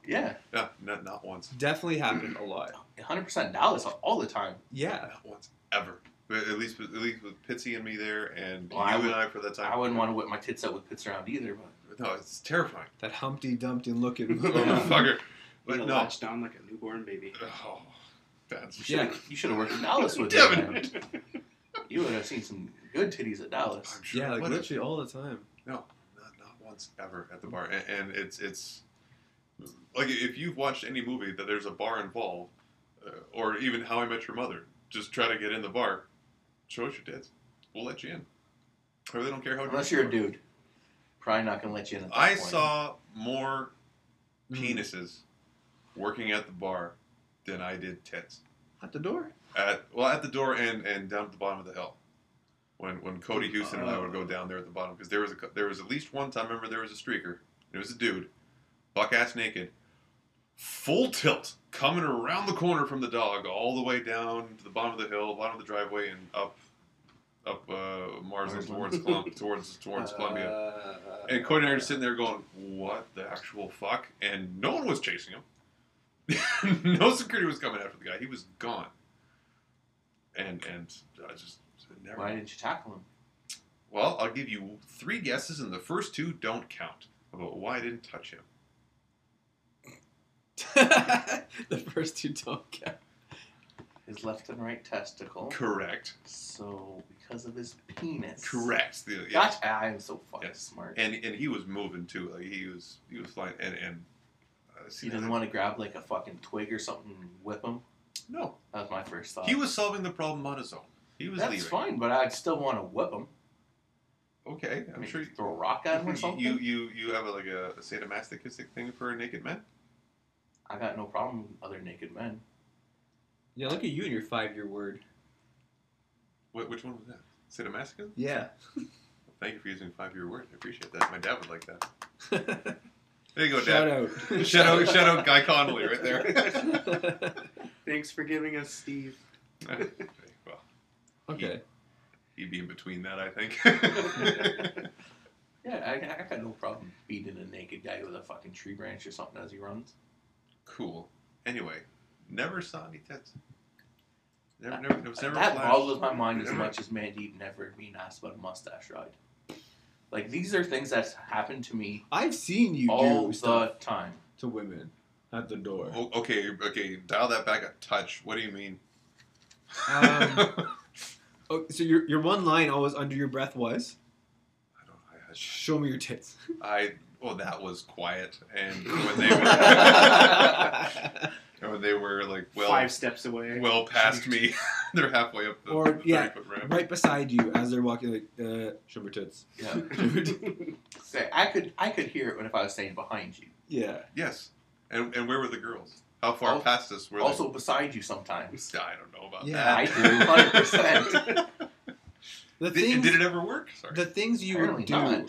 Yeah,
No, not, not once.
Definitely happened a lot.
100% Dallas all the time.
Yeah.
Not once ever. But at least, with, at least with Pitsy and me there, and
Well,
you
I would-
and I for that time.
I wouldn't want to whip my tits out with pits around either, but
No, it's terrifying.
That Humpty Dumpty looking.
Motherfucker. But
But no.
no.
latched on like a newborn baby.
Oh, that's
you should
Yeah.
have you should have worked at Dallas with
Damn
them. man. You would have seen some good titties at Dallas.
I'm sure.
yeah, like
What a-
literally all the time.
not, not once ever at the bar. And, and it's it's like if you've watched any movie that there's a bar involved, uh, or even How I Met Your Mother, just try to get in the bar. Show us your tits. We'll let you in. I really don't care how.
Unless
drunk
you're a
you
dude, probably not gonna let you in. At that
are. I
point.
saw more
Mm.
penises working at the bar than I did tits.
At the door?
At well, at the door and and down at the bottom of the hill. When when Cody Houston and I would
Oh.
go down there at the bottom because there was a cou- there was at least one time. I remember there was a streaker. It was a dude, buck ass naked, full tilt, coming around the corner from the dog, all the way down to the bottom of the hill, bottom of the driveway, and up up uh, Marsden towards Colum- towards towards
Uh,
Columbia.
Uh,
And Cody and I are just sitting there going, "What the actual fuck?" And no one was chasing him. no security was coming after the guy. He was gone. And and I just never.
Why didn't you tackle him?
Well, I'll give you three guesses, and the first two don't count about why I didn't touch him.
the first two don't count.
His left and right testicle.
Correct.
So because of his penis.
Correct. The- yeah.
Gotcha. I am so fucking
Yes.
smart.
And and he was moving too. Like he was he was flying. And and uh, see
you
that-
didn't want to grab like a fucking twig or something and whip him.
No,
That was my first thought.
he was solving the problem on his own. He was
That's
leaving.
fine, but I'd still want to whip him.
Okay,
I
I'm
mean,
sure.
throw a rock at him or something.
You you you have a, like a, a sadomasochistic thing for naked men?
I got no problem with other naked men.
Yeah, look at you and your five-year word.
What, which one was that? Sadomasochism?
Yeah.
Thank you for using five year word. I appreciate that. My dad would like that. There you go,
Shout
Dad.
out.
shout out, shout out, Guy Connolly right there.
Thanks for giving us Steve.
well,
okay.
he'd be in between that, I think.
Yeah, I, I got no problem beating a naked guy with a fucking tree branch or something as he runs.
cool. Anyway, never saw any tits. Never, never, it was never
that
flashed.
boggles my mind as
Never-
much as Mandeep never being asked about a mustache ride. Like these are things that's happened to me
I've seen you
all
do
the
stuff
time.
to women at the door.
Oh, okay, okay, dial that back a touch. What do you mean?
Um,
I don't.
Oh, so your your one line always under your breath was,
I,
"Show me your tits."
I well, that was quiet, and when they were, and when they were like well
Five steps away.
well past me, they're halfway up the,
Or,
the
yeah,
thirty foot ramp.
right beside you as they're walking, like, uh, "Show me your tits."
Yeah. Say I could I could hear it when if I was staying behind you.
yeah.
Yes, and and where were the girls? How far
Al-
past us were
Also beside you sometimes.
they? I don't know about
Yeah.
I
that.
do 100%.
The
Did,
things,
did it ever work? Sorry,
the things you
Apparently
would do.
not.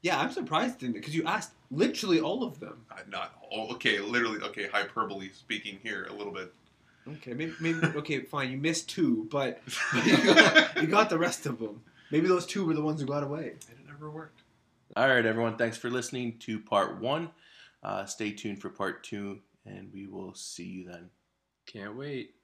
Yeah, I'm surprised didn't because you asked literally all of them.
Uh, not all. Okay, literally. Okay, hyperbole speaking here a little bit.
Okay, maybe, maybe okay, fine. You missed two, but you got the rest of them. Maybe those two were the ones who got away.
And it never worked.
All right, everyone. Thanks for listening to part one. Uh, stay tuned for part two, and we will see you then.
Can't wait.